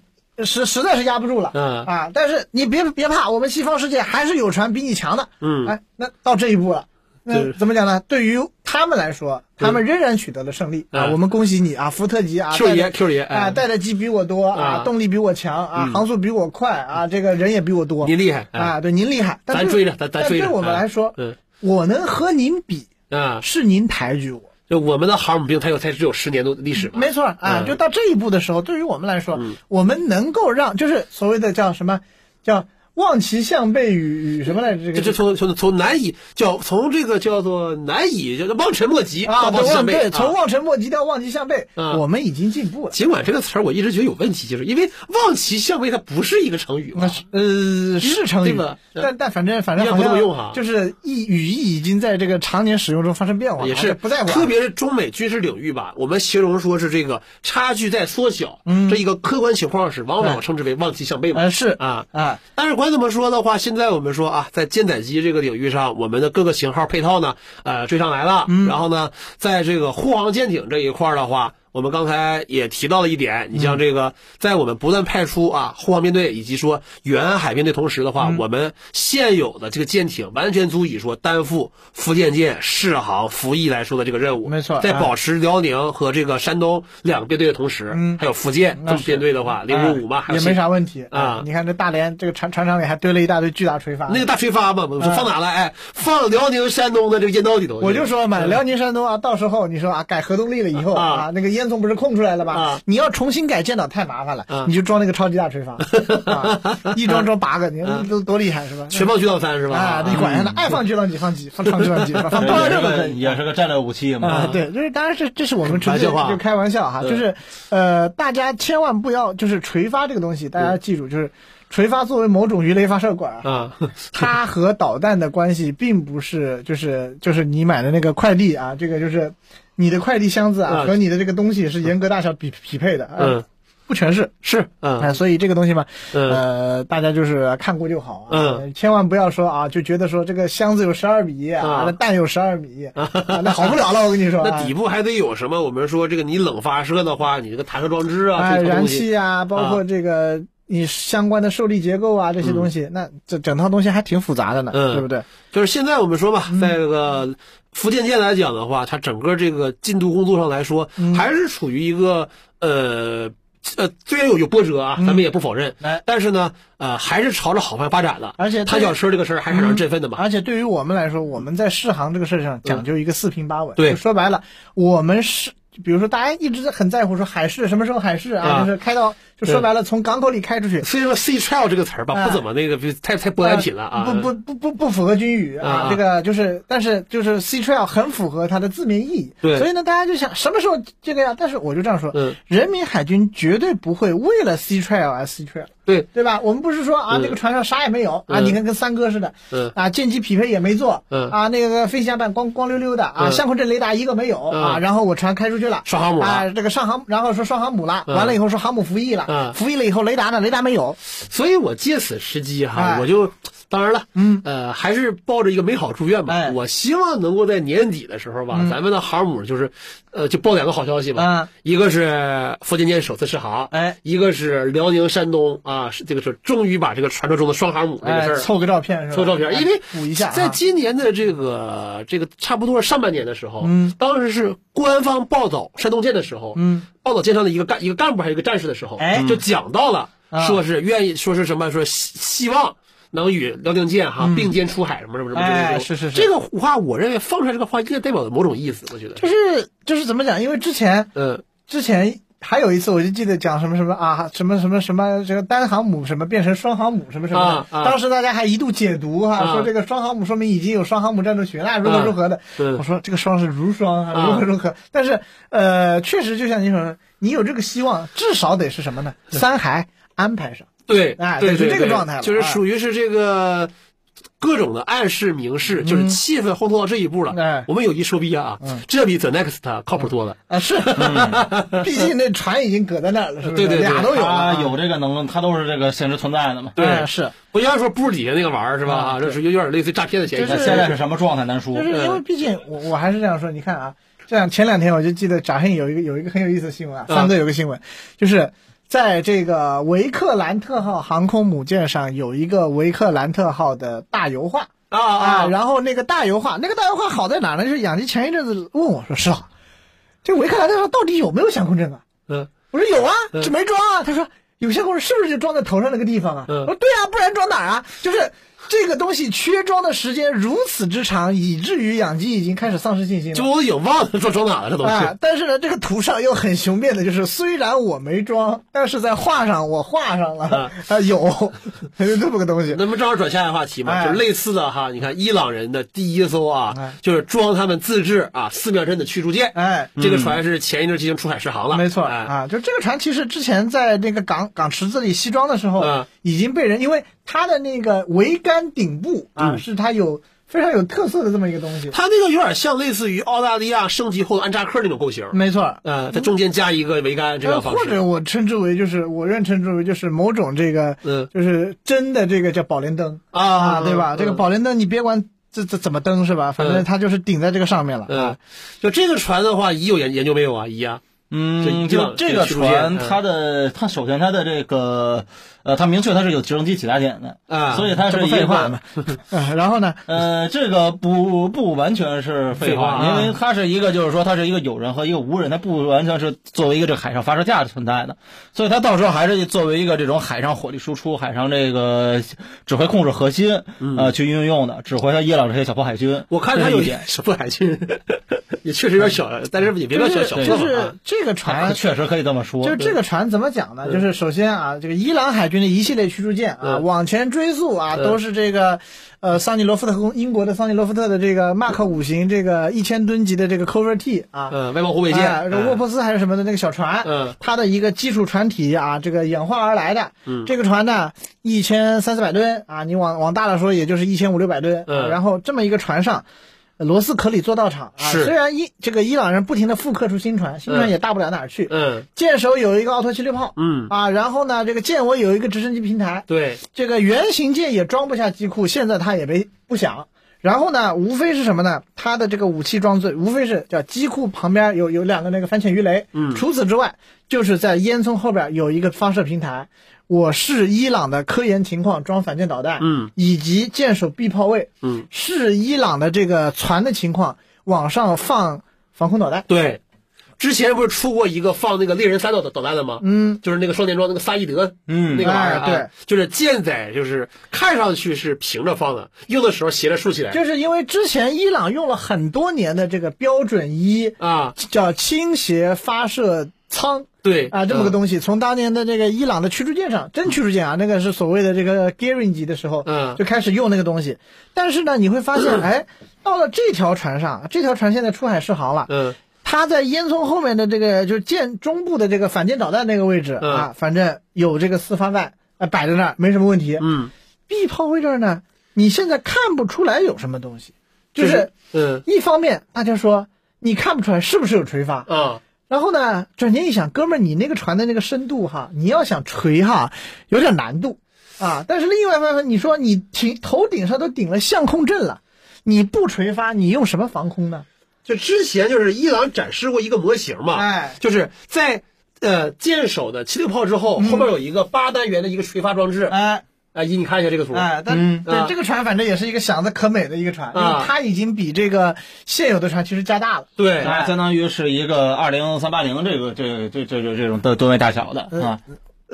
Speaker 1: 实实在是压不住了，
Speaker 2: 嗯
Speaker 1: 啊，但是你别别怕，我们西方世界还是有船比你强的，
Speaker 2: 嗯
Speaker 1: 哎，那到这一步了。
Speaker 2: 对
Speaker 1: 那怎么讲呢？对于他们来说，他们仍然取得了胜利啊！
Speaker 2: 嗯
Speaker 1: 我们恭喜你啊，福特级啊
Speaker 2: Q
Speaker 1: 带
Speaker 2: 爷
Speaker 1: 着
Speaker 2: Q 爷，
Speaker 1: 啊，
Speaker 2: 哎，
Speaker 1: 带的机比我多啊
Speaker 2: 啊，嗯
Speaker 1: 动力比我强啊，航速比我快啊，这个人也比我多
Speaker 2: 您厉害，哎，
Speaker 1: 啊，对您厉害。但
Speaker 2: 咱
Speaker 1: 对
Speaker 2: 追着，咱咱
Speaker 1: 但
Speaker 2: 追
Speaker 1: 对
Speaker 2: 着，
Speaker 1: 我们
Speaker 2: 哎
Speaker 1: 来说，
Speaker 2: 嗯
Speaker 1: 我能和您比，
Speaker 2: 啊，
Speaker 1: 是您抬举我。
Speaker 2: 就我们的航母兵，它有才只有十年多的历史嘛，
Speaker 1: 没错啊
Speaker 2: 嗯，
Speaker 1: 就到这一步的时候，对于我们来说，我们能够让就是所谓的叫什么，叫望其项背与与什么来着？这
Speaker 2: 这
Speaker 1: 个
Speaker 2: 这从从从难以叫从这个叫做难以叫望尘莫及
Speaker 1: 啊，
Speaker 2: 到
Speaker 1: 对
Speaker 2: 望其
Speaker 1: 望
Speaker 2: 项背
Speaker 1: 对，，从
Speaker 2: 啊
Speaker 1: 望尘莫及到望其项背，
Speaker 2: 嗯
Speaker 1: 我们已经进步了。
Speaker 2: 尽管这个词儿我一直觉得有问题，就是因为望其项背它不是一个成语嘛
Speaker 1: 那，是呃是成
Speaker 2: 对
Speaker 1: 语
Speaker 2: 吧，
Speaker 1: 但但反正反正
Speaker 2: 一
Speaker 1: 好
Speaker 2: 般嗯不这么
Speaker 1: 像
Speaker 2: 用哈
Speaker 1: 就是意语义已经在这个常年使用中发生变化了，
Speaker 2: 也
Speaker 1: 啊
Speaker 2: 是
Speaker 1: 不在乎啊，
Speaker 2: 特别是中美军事领域吧，我们形容说是这个差距在缩小，这一个客观情况是往往
Speaker 1: 嗯哎
Speaker 2: 称之为望其项背嘛
Speaker 1: 呃是
Speaker 2: 啊。
Speaker 1: 啊
Speaker 2: 但是管怎么说的话，现在我们说啊，在舰载机这个领域上，我们的各个型号配套呢，呃，追上来了。
Speaker 1: 嗯
Speaker 2: 然后呢，在这个护航舰艇这一块儿的话，我们刚才也提到了一点，
Speaker 1: 嗯
Speaker 2: 你像这个，在我们不断派出啊护航编队以及说远岸海编队同时的话，
Speaker 1: 嗯
Speaker 2: 我们现有的这个舰艇完全足以说担负福建舰、试航、服役来说的这个任务。
Speaker 1: 没错
Speaker 2: 在
Speaker 1: 哎
Speaker 2: 保持辽宁和这个山东两个编队的同时，还有福建这
Speaker 1: 嗯那
Speaker 2: 么
Speaker 1: 是哎
Speaker 2: 编队的话，零零五嘛，还
Speaker 1: 也
Speaker 2: 有
Speaker 1: 没啥问题
Speaker 2: 啊
Speaker 1: 你看这大连这个船船厂里还堆了一大堆巨大垂发，
Speaker 2: 那个大吹发嘛，我说放哪了？哎，放辽宁、山东的这个烟道里头。
Speaker 1: 我就说嘛，辽宁、山东啊，到时候你说啊，改核动力了以后
Speaker 2: 啊
Speaker 1: 啊，那个烟囱不是空出来了
Speaker 2: 啊
Speaker 1: 吗？你要重新改建岛太麻烦
Speaker 2: 啊
Speaker 1: 了，你就装那个超级大垂 发，啊，一装装八个，你
Speaker 2: 啊
Speaker 1: 看多多厉害是吧？
Speaker 2: 全放渠道三是吧？
Speaker 1: 啊，你管上他，爱放巨浪几放几， 放长巨浪几，放多少
Speaker 3: 也
Speaker 1: 六
Speaker 3: 是
Speaker 1: 都 可
Speaker 2: 哎
Speaker 3: 个
Speaker 1: 以。
Speaker 3: 也是个战略武器
Speaker 1: 啊
Speaker 3: 嘛，，
Speaker 1: 对，就是当然是这是我们纯粹
Speaker 2: 玩笑话
Speaker 1: 就开玩笑哈，
Speaker 2: 对
Speaker 1: 就是呃，大家千万不要就是垂发这个东西，大家记住就是垂发作为某种鱼雷发射管，
Speaker 2: 啊，
Speaker 1: 它和导弹的关系并不是就是就是你买的那个快递啊，这个就是你的快递箱子啊
Speaker 2: 啊
Speaker 1: 和你的这个东西是严格大小匹匹配的，啊
Speaker 2: 嗯，
Speaker 1: 不全是
Speaker 2: 是，
Speaker 1: 啊、
Speaker 2: 嗯
Speaker 1: 所以这个东西嘛，
Speaker 2: 嗯
Speaker 1: 呃，大家就是看过就好啊，
Speaker 2: 嗯
Speaker 1: 千万不要说啊，就觉得说这个箱子有十二米一
Speaker 2: 啊
Speaker 1: 啊，那弹有十二 米一啊，那好不了了，我跟你说，
Speaker 2: 那底部还得有什么？我们说这个你冷发射的话，你这个弹射装置啊，
Speaker 1: 哎，
Speaker 2: 这个
Speaker 1: 燃
Speaker 2: 东西
Speaker 1: 气啊，包括这个你相关的受力结构啊这些东西，那这整套东西还挺复杂的呢，
Speaker 2: 嗯
Speaker 1: 对不对？
Speaker 2: 就是现在我们说嘛，
Speaker 1: 嗯
Speaker 2: 在这个福建舰来讲的话，它整个这个进度工作上来说，
Speaker 1: 嗯
Speaker 2: 还是处于一个呃呃，虽然有有波折啊，咱们也不否认
Speaker 1: 哎，
Speaker 2: 但是呢，呃，还是朝着好方向发展的。
Speaker 1: 而且
Speaker 2: 贪小车这个事儿还是
Speaker 1: 嗯
Speaker 2: 让人振奋的嘛。
Speaker 1: 而且对于我们来说，我们在试航这个事儿上讲究一个四平八稳。
Speaker 2: 对
Speaker 1: 就说白了，我们是比如说大家一直在很在乎说海试什么时候海试啊，
Speaker 2: 啊
Speaker 1: 就是开到就说白了从港口里开出去。
Speaker 2: 虽然说 C trial 这个词儿吧，
Speaker 1: 哎
Speaker 2: 不怎么那个，比太太舶来品了啊。
Speaker 1: 呃不不不不不符合军语
Speaker 2: 啊
Speaker 1: 啊，这个就是，但是就是 C trail 很符合它的字面意义，
Speaker 2: 对
Speaker 1: 所以呢，大家就想什么时候这个呀？但是我就这样说，
Speaker 2: 嗯
Speaker 1: 人民海军绝对不会为了 C trail 而 C trail，
Speaker 2: 对
Speaker 1: 对吧？我们不是说啊，
Speaker 2: 嗯
Speaker 1: 那个船上啥也没有啊，
Speaker 2: 嗯
Speaker 1: 你看跟三哥似的，
Speaker 2: 嗯
Speaker 1: 啊，舰机匹配也没做，
Speaker 2: 嗯
Speaker 1: 啊，那个飞行甲板光光溜溜的啊，
Speaker 2: 嗯
Speaker 1: 相控阵雷达一个没有
Speaker 2: 嗯
Speaker 1: 啊，然后我船开出去了，
Speaker 2: 上航母了
Speaker 1: 啊，这个上航，然后说上航母了，
Speaker 2: 嗯
Speaker 1: 完了以后说航母服役
Speaker 2: 嗯
Speaker 1: 了，服役了以后雷达呢，雷达没有，
Speaker 2: 所以我借此时机哈，
Speaker 1: 哎
Speaker 2: 我就当然了，
Speaker 1: 嗯，
Speaker 2: 呃，还是抱着一个美好祝愿吧。
Speaker 1: 哎
Speaker 2: 我希望能够在年底的时候吧，咱们的航母就是，呃，就报两个好消息吧。
Speaker 1: 嗯
Speaker 2: 一个是福建舰首次试航，
Speaker 1: 哎
Speaker 2: 一个是辽宁、山东啊，是这个是终于把这个传说中的双航母这个
Speaker 1: 哎
Speaker 2: 事儿、，
Speaker 1: 凑个照片是吧？
Speaker 2: 凑照片，
Speaker 1: 哎
Speaker 2: 因为
Speaker 1: 补一下啊，
Speaker 2: 在今年的这个这个差不多上半年的时候，嗯，当时是官方报道山东舰的时候，嗯，报道舰上的一个干一个干部还有一个战士的时候，
Speaker 1: 哎
Speaker 2: 就讲到了，
Speaker 1: 啊
Speaker 2: 说是愿意说是什么，说希希望。能与辽宁舰哈并肩出海什么什么什么之类的
Speaker 1: 嗯
Speaker 2: 这
Speaker 1: 哎
Speaker 2: 种，
Speaker 1: 是是是
Speaker 2: 这个话我认为放出来这个话应该代表某种意思，我觉得，
Speaker 1: 就是就是怎么讲？因为之前
Speaker 2: 嗯
Speaker 1: 之前还有一次，我就记得讲什么什么啊，什么什么什么，这个单航母什么变成双航母什么什么的。
Speaker 2: 啊啊
Speaker 1: 当时大家还一度解读哈、
Speaker 2: 啊
Speaker 1: 说这个双航母说明已经有双航母战斗群了，如何如何的。
Speaker 2: 对
Speaker 1: 我说这个双是如霜啊，如何如何。但是呃，确实就像你所说，你有这个希望，至少得是什么呢？三孩安排上。
Speaker 2: 对，
Speaker 1: 哎
Speaker 2: 对
Speaker 1: 对
Speaker 2: 对，
Speaker 1: 就这个
Speaker 2: 对
Speaker 1: 状态了
Speaker 2: 就是
Speaker 1: 哎
Speaker 2: 属于是这个各种的暗示、明示，
Speaker 1: 嗯
Speaker 2: 就是气氛烘托到这一步了。
Speaker 1: 哎
Speaker 2: 我们有一说一啊，
Speaker 1: 嗯
Speaker 2: 这比 The Next 啊靠谱多了。
Speaker 1: 啊，是， 毕竟那船已经搁在那儿了，是不是？
Speaker 2: 对对对
Speaker 1: 俩都有了啊
Speaker 3: 它有这个能，它都是这个现实存在的嘛。
Speaker 2: 对
Speaker 1: 哎是，
Speaker 2: 不要说不是底下那个玩意儿是吧？
Speaker 1: 啊
Speaker 2: 啊，这是有点类似于诈骗的嫌疑
Speaker 1: 就
Speaker 3: 那
Speaker 1: 是。
Speaker 3: 现在是什么状态难说
Speaker 1: 就。是因为毕竟我我还是这样说，你看啊，这样前两天我就记得炸黑有一个有一个很有意思的新闻啊，
Speaker 2: 嗯
Speaker 1: 三哥有个新闻，就是在这个维克兰特号航空母舰上有一个维克兰特号的大油画
Speaker 2: 啊啊
Speaker 1: 啊，，然后那个大油画，那个大油画好在哪呢？就是养鸡前一阵子问我说，师傅，这维克兰特号到底有没有相控阵啊？
Speaker 2: 嗯
Speaker 1: 我说有啊，
Speaker 2: 嗯
Speaker 1: 这没装啊。他说有些工人是不是就装在头上那个地方啊？
Speaker 2: 嗯
Speaker 1: 我说对啊，不然装哪儿啊？就是这个东西缺装的时间如此之长，以至于养鸡已经开始丧失信心
Speaker 2: 这
Speaker 1: 了。
Speaker 2: 我都已经忘了装装哪了，这都
Speaker 1: 啊
Speaker 2: 是。！
Speaker 1: 但是呢，这个图上又很雄辩的，就是虽然我没装，但是在画上我画上了
Speaker 2: 嗯
Speaker 1: 啊，有 就这么个东西。
Speaker 2: 那么正好转下一个话题嘛，
Speaker 1: 哎
Speaker 2: 就是类似的哈，你看伊朗人的第一艘啊
Speaker 1: 哎，
Speaker 2: 就是装他们自制啊寺庙镇的驱逐舰，
Speaker 1: 哎，
Speaker 2: 这个船是前一阵进行出海试航了，
Speaker 1: 没错
Speaker 2: 哎
Speaker 1: 啊，就这个船其实之前在那个港港池子里西装的时
Speaker 2: 嗯
Speaker 1: 候，已经被人因为它的那个桅杆顶部啊，
Speaker 2: 嗯
Speaker 1: 是它有非常有特色的这么一个东西。
Speaker 2: 它那个有点像类似于澳大利亚升级后的安扎克那种构型，
Speaker 1: 没错，呃
Speaker 2: 呃，在中间加一个桅杆这样
Speaker 1: 嗯
Speaker 2: 方
Speaker 1: 或
Speaker 2: 式。
Speaker 1: 者我称之为就是我愿称之为就是某种这个
Speaker 2: 嗯
Speaker 1: 就是真的这个叫宝莲灯
Speaker 2: 啊
Speaker 1: 对吧？
Speaker 2: 嗯
Speaker 1: 这个宝莲灯你别管这这怎么灯是吧？反正它就是顶在这个上面了。
Speaker 2: 嗯，就这个船的话，乙有研研究没有啊？乙啊，
Speaker 3: 嗯，
Speaker 2: 这
Speaker 3: 就这个嗯
Speaker 2: 这个驱逐舰
Speaker 3: 船，它的它首先它的这个呃，它明确它是有直升机起降点的，
Speaker 2: 啊，
Speaker 3: 所以它
Speaker 1: 这
Speaker 3: 是
Speaker 1: 不
Speaker 3: 一
Speaker 1: 废话
Speaker 3: 个
Speaker 1: 吗啊，然后呢？
Speaker 3: 呃，这个不不完全是废话，
Speaker 2: 废话啊
Speaker 3: 因为它是一个，就是说它是一个有人和一个无人，它不完全是作为一个这个海上发射架存在的，所以它到时候还是作为一个这种海上火力输出、海上这个指挥控制核心，呃，去运用的，指挥它伊朗这些小破海军。
Speaker 2: 我看它
Speaker 3: 这
Speaker 2: 有
Speaker 3: 是一 点，
Speaker 2: 什么海军，也确实有点小，但是也别
Speaker 1: 就
Speaker 2: 乱小
Speaker 1: 是
Speaker 2: 小
Speaker 1: 就
Speaker 2: 说嘛
Speaker 1: 是
Speaker 2: 啊。
Speaker 1: 这个
Speaker 3: 它
Speaker 1: 船
Speaker 3: 可确实可以这么说，
Speaker 1: 就这个船怎么讲呢？就是首先啊，这个伊朗海军的一系列驱逐舰啊，
Speaker 2: 嗯
Speaker 1: 往前追溯啊，
Speaker 2: 嗯
Speaker 1: 都是这个，呃，桑尼罗夫特公英国的桑尼罗夫特的这个 Mark 五型这个一千吨级的这个 Cover T 啊，
Speaker 2: 嗯，外贸护卫舰，
Speaker 1: 哎这个沃
Speaker 2: 嗯
Speaker 1: 珀斯还是什么的那个小船，
Speaker 2: 嗯
Speaker 1: 它的一个基础船体啊，这个演化而来的。
Speaker 2: 嗯
Speaker 1: 这个船呢，一千三四百吨啊，你往往大了说，也就是一千五六百吨。
Speaker 2: 嗯
Speaker 1: 啊然后这么一个船上，呃罗斯壳里做道场啊。
Speaker 2: 是
Speaker 1: 虽然伊这个伊朗人不停的复刻出新船，新船
Speaker 2: 嗯
Speaker 1: 也大不了哪儿去。
Speaker 2: 嗯
Speaker 1: 舰首有一个奥托七六炮。
Speaker 2: 嗯，
Speaker 1: 啊，然后呢，这个舰尾有一个直升机平台，
Speaker 2: 对，
Speaker 1: 这个原型舰也装不下机库，现在它也没不想。然后呢，无非是什么呢？它的这个武器装置，无非是叫机库旁边有有两个那个反潜鱼雷，
Speaker 2: 嗯
Speaker 1: 除此之外，就是在烟囱后边有一个发射平台。我是伊朗的科研情况装反舰导弹，
Speaker 2: 嗯
Speaker 1: 以及舰首必炮位，
Speaker 2: 嗯，
Speaker 1: 是伊朗的这个船的情况往上放防空导弹，
Speaker 2: 对。之前不是出过一个放那个猎人三导的导弹的吗？
Speaker 1: 嗯，
Speaker 2: 就是那个双电装那个萨义德
Speaker 3: 嗯
Speaker 2: 那个玩意儿、啊
Speaker 1: 哎对，
Speaker 2: 就是舰载，就是看上去是平着放的，用的时候斜着竖起来，
Speaker 1: 就是因为之前伊朗用了很多年的这个标准一
Speaker 2: 啊，
Speaker 1: 叫倾斜发射舱
Speaker 2: 对
Speaker 1: 啊，这么个
Speaker 2: 西，
Speaker 1: 东西，从当年的这个伊朗的驱逐舰上，真驱逐舰啊，那个是所谓的这个 Garin 级的时候，
Speaker 2: 嗯
Speaker 1: 就开始用那个东西。但是呢，你会发现，哎，到了这条船上，这条船现在出海试航了，
Speaker 2: 嗯
Speaker 1: 它在烟囱后面的这个就是舰中部的这个反舰导弹那个位置
Speaker 2: 嗯
Speaker 1: 啊，反正有这个四发弹啊摆在那儿，没什么问题。
Speaker 2: 嗯，
Speaker 1: B 炮位这儿呢，你现在看不出来有什么东西，就
Speaker 2: 就是是嗯
Speaker 1: 一方面大家说你看不出来是不是有垂发，
Speaker 2: 啊，
Speaker 1: 然后呢，转念一想，哥们儿，你那个船的那个深度哈，你要想垂哈，有点难度啊。但是另外一方面，你说你顶头顶上都顶了相控阵了，你不垂发，你用什么防空呢？
Speaker 2: 就之前就是伊朗展示过一个模型嘛，
Speaker 1: 哎
Speaker 2: 就是在呃舰首的七六炮之后，后面有一个八单元的一个垂发装置，
Speaker 1: 嗯哎
Speaker 2: 啊，一你看一下这个图，
Speaker 1: 哎，但、
Speaker 3: 嗯
Speaker 1: 对、
Speaker 2: 啊
Speaker 1: 这个船反正也是一个想的可美的一个船，因
Speaker 2: 啊
Speaker 1: 为它已经比这个现有的船其实加大了。
Speaker 2: 对，
Speaker 3: 哎它相当于是一个二零三八零这个这这这这这种吨吨位大小的啊，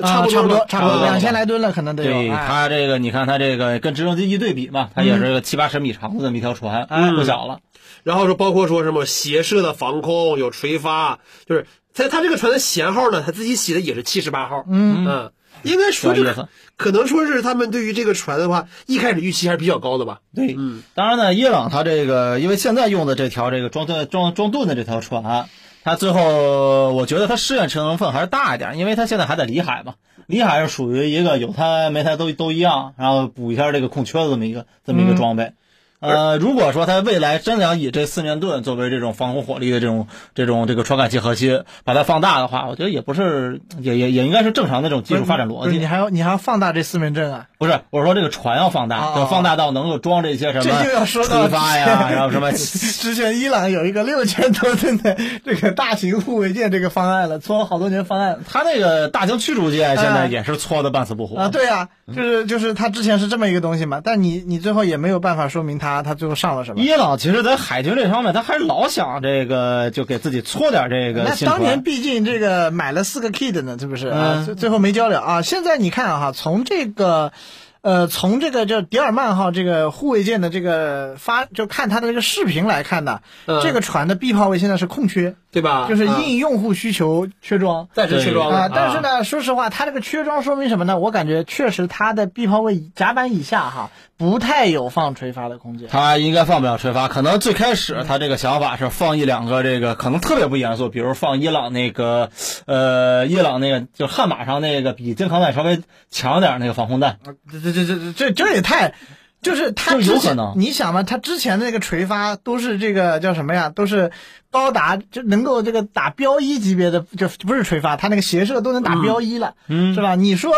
Speaker 1: 啊，
Speaker 2: 差
Speaker 1: 差不
Speaker 2: 不多吧
Speaker 1: 多，差不多，
Speaker 3: 差不多
Speaker 1: 两千来吨了，可能得
Speaker 3: 对
Speaker 1: 有。哎
Speaker 3: 它这个，你看它这个跟直升机一对比嘛，它也是个七八十米长的这么一条船，
Speaker 2: 嗯
Speaker 3: 不小了。
Speaker 2: 然后说包括说什么斜射的防空有垂发，就是它它这个船的舷号呢，它自己写的也是七十八号，
Speaker 1: 嗯
Speaker 2: 嗯，应该说这
Speaker 3: 有意思
Speaker 2: 个可能说是他们对于这个船的话，一开始预期还是比较高的吧，
Speaker 3: 对，
Speaker 2: 嗯
Speaker 3: 当然呢，伊朗它这个，因为现在用的这条这个装盾装装盾的这条船，它最后我觉得它试验成分还是大一点，因为它现在还在里海嘛，里海是属于一个有它没它都都一样，然后补一下这个空缺的这么一个这
Speaker 1: 嗯
Speaker 3: 么一个装备。呃，如果说它未来真想以这四面盾作为这种防空火力的这种这种这个传感器核心，把它放大的话，我觉得也不是也也也应该是正常的这种技术发展
Speaker 1: 不
Speaker 3: 逻
Speaker 1: 是
Speaker 3: 辑
Speaker 1: 你。还要你还要放大这四面阵啊？
Speaker 3: 不是，我说这个船要放大，
Speaker 1: 啊
Speaker 3: 要放大到能够装哦这些什么
Speaker 1: 这就要说到
Speaker 3: 触 发呀，然后 什么
Speaker 1: 之前伊朗有一个六千多吨的这个大型护卫舰这个方案了，搓了好多年方案了
Speaker 3: 他那个大型驱逐舰现在
Speaker 1: 哎
Speaker 3: 也是搓的半死不活
Speaker 1: 啊，。对啊，就是就是他之前是这么一个东西嘛，但你你最后也没有办法说明他他最后上了什么。
Speaker 3: 伊朗其实，在海军这方面，他还是老想这个，就给自己搓点这个
Speaker 1: 那
Speaker 3: 新
Speaker 1: 当年
Speaker 3: 船。
Speaker 1: 毕竟这个买了四个 kid 呢，是不是啊
Speaker 3: 嗯？
Speaker 1: 最最后没交了啊。现在你看啊，从这个。呃，从这个叫迪尔曼号这个护卫舰的这个发，就看它的这个视频来看呢，
Speaker 2: 嗯
Speaker 1: 这个船的 B 炮位现在是空缺，
Speaker 2: 对吧？
Speaker 1: 就是
Speaker 2: 啊
Speaker 1: 应用户需求缺装。
Speaker 2: 暂时缺装了
Speaker 1: 啊，但是，呢，说实话，它这个缺装说明什么呢？我感觉确实它的 B 炮位甲板以下哈，不太有放垂发的空间。
Speaker 3: 他应该放不了垂发，可能最开始他这个想法是放一两个这个，可能特别不严肃，比如放伊朗那个，呃，伊朗那个就悍马上那个比健康弹稍微强点儿那个防空弹，
Speaker 2: 啊
Speaker 1: 这这这这这这也太，就是他
Speaker 3: 就有
Speaker 1: 之前
Speaker 3: 可能
Speaker 1: 你想嘛，他之前的那个垂发都是这个叫什么呀？都是高达就能够这个打标一级别的，就不是垂发，他那个斜射都能打标一了，
Speaker 3: 嗯
Speaker 1: 是吧？你说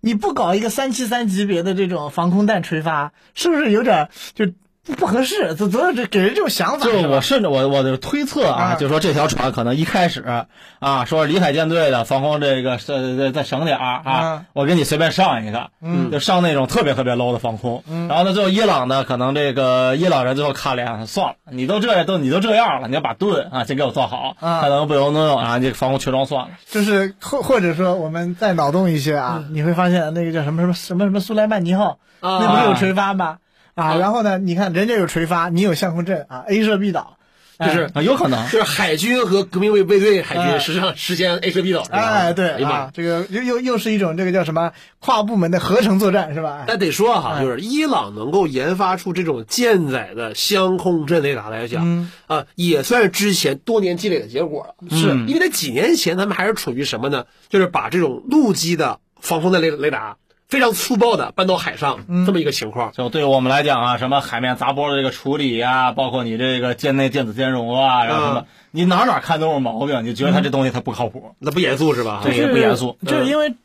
Speaker 1: 你不搞一个三七三级别的这种防空弹垂发，是不是有点就不不合适？总总有这给人这种想法，
Speaker 3: 就是
Speaker 1: 吧
Speaker 3: 我甚至我我的推测啊，
Speaker 1: 啊
Speaker 3: 就说这条船可能一开始啊，说是里海舰队的防空这个是再再省点儿啊，
Speaker 1: 啊
Speaker 3: 我给你随便上一个，
Speaker 1: 嗯
Speaker 3: 就上那种特别特别 low 的防空。然后呢，最后伊朗呢，可能这个伊朗人最后看了一眼，算了，你都这都你都这样了，你要把盾啊先给我做好，
Speaker 1: 啊
Speaker 3: 看能不能能用啊，这防空全装算了。
Speaker 1: 就是或或者说我们再脑洞一些啊，
Speaker 3: 嗯
Speaker 1: 你会发现那个叫什么什么什么什么苏莱曼尼号，
Speaker 2: 啊
Speaker 1: 那不是有垂发吗？啊，
Speaker 2: 啊
Speaker 1: 然后呢，你看人家有垂发，你有相控阵啊，A 射 B 倒，
Speaker 2: 啊就是
Speaker 3: 啊，有 可能。
Speaker 2: 就是海军和革命卫卫队海
Speaker 1: 哎
Speaker 2: 军实际上实现 H B 岛，是吧
Speaker 1: 哎，对
Speaker 2: 哎呀妈
Speaker 1: 啊，这个又又又是一种这个叫什么跨部门的合成作战是吧？哎
Speaker 2: 但得说哈，就是伊朗能够研发出这种舰载的相控阵雷达来讲，
Speaker 1: 嗯
Speaker 2: 啊，也算是之前多年积累的结果了。是因为在几年前，他们还是处于什么呢？就是把这种陆基的防空的雷雷达非常粗暴的搬到海上、
Speaker 1: 嗯
Speaker 2: 这么一个情况。
Speaker 3: 就对于我们来讲啊，什么海面砸波的这个处理啊，包括你这个舰内电子兼容啊，然后什么，
Speaker 2: 嗯
Speaker 3: 你哪哪看都是毛病，你觉得它这东西它不靠谱。
Speaker 2: 那不严肃是吧？嗯
Speaker 3: 对
Speaker 1: 就是
Speaker 3: 也不严肃
Speaker 1: 就是因为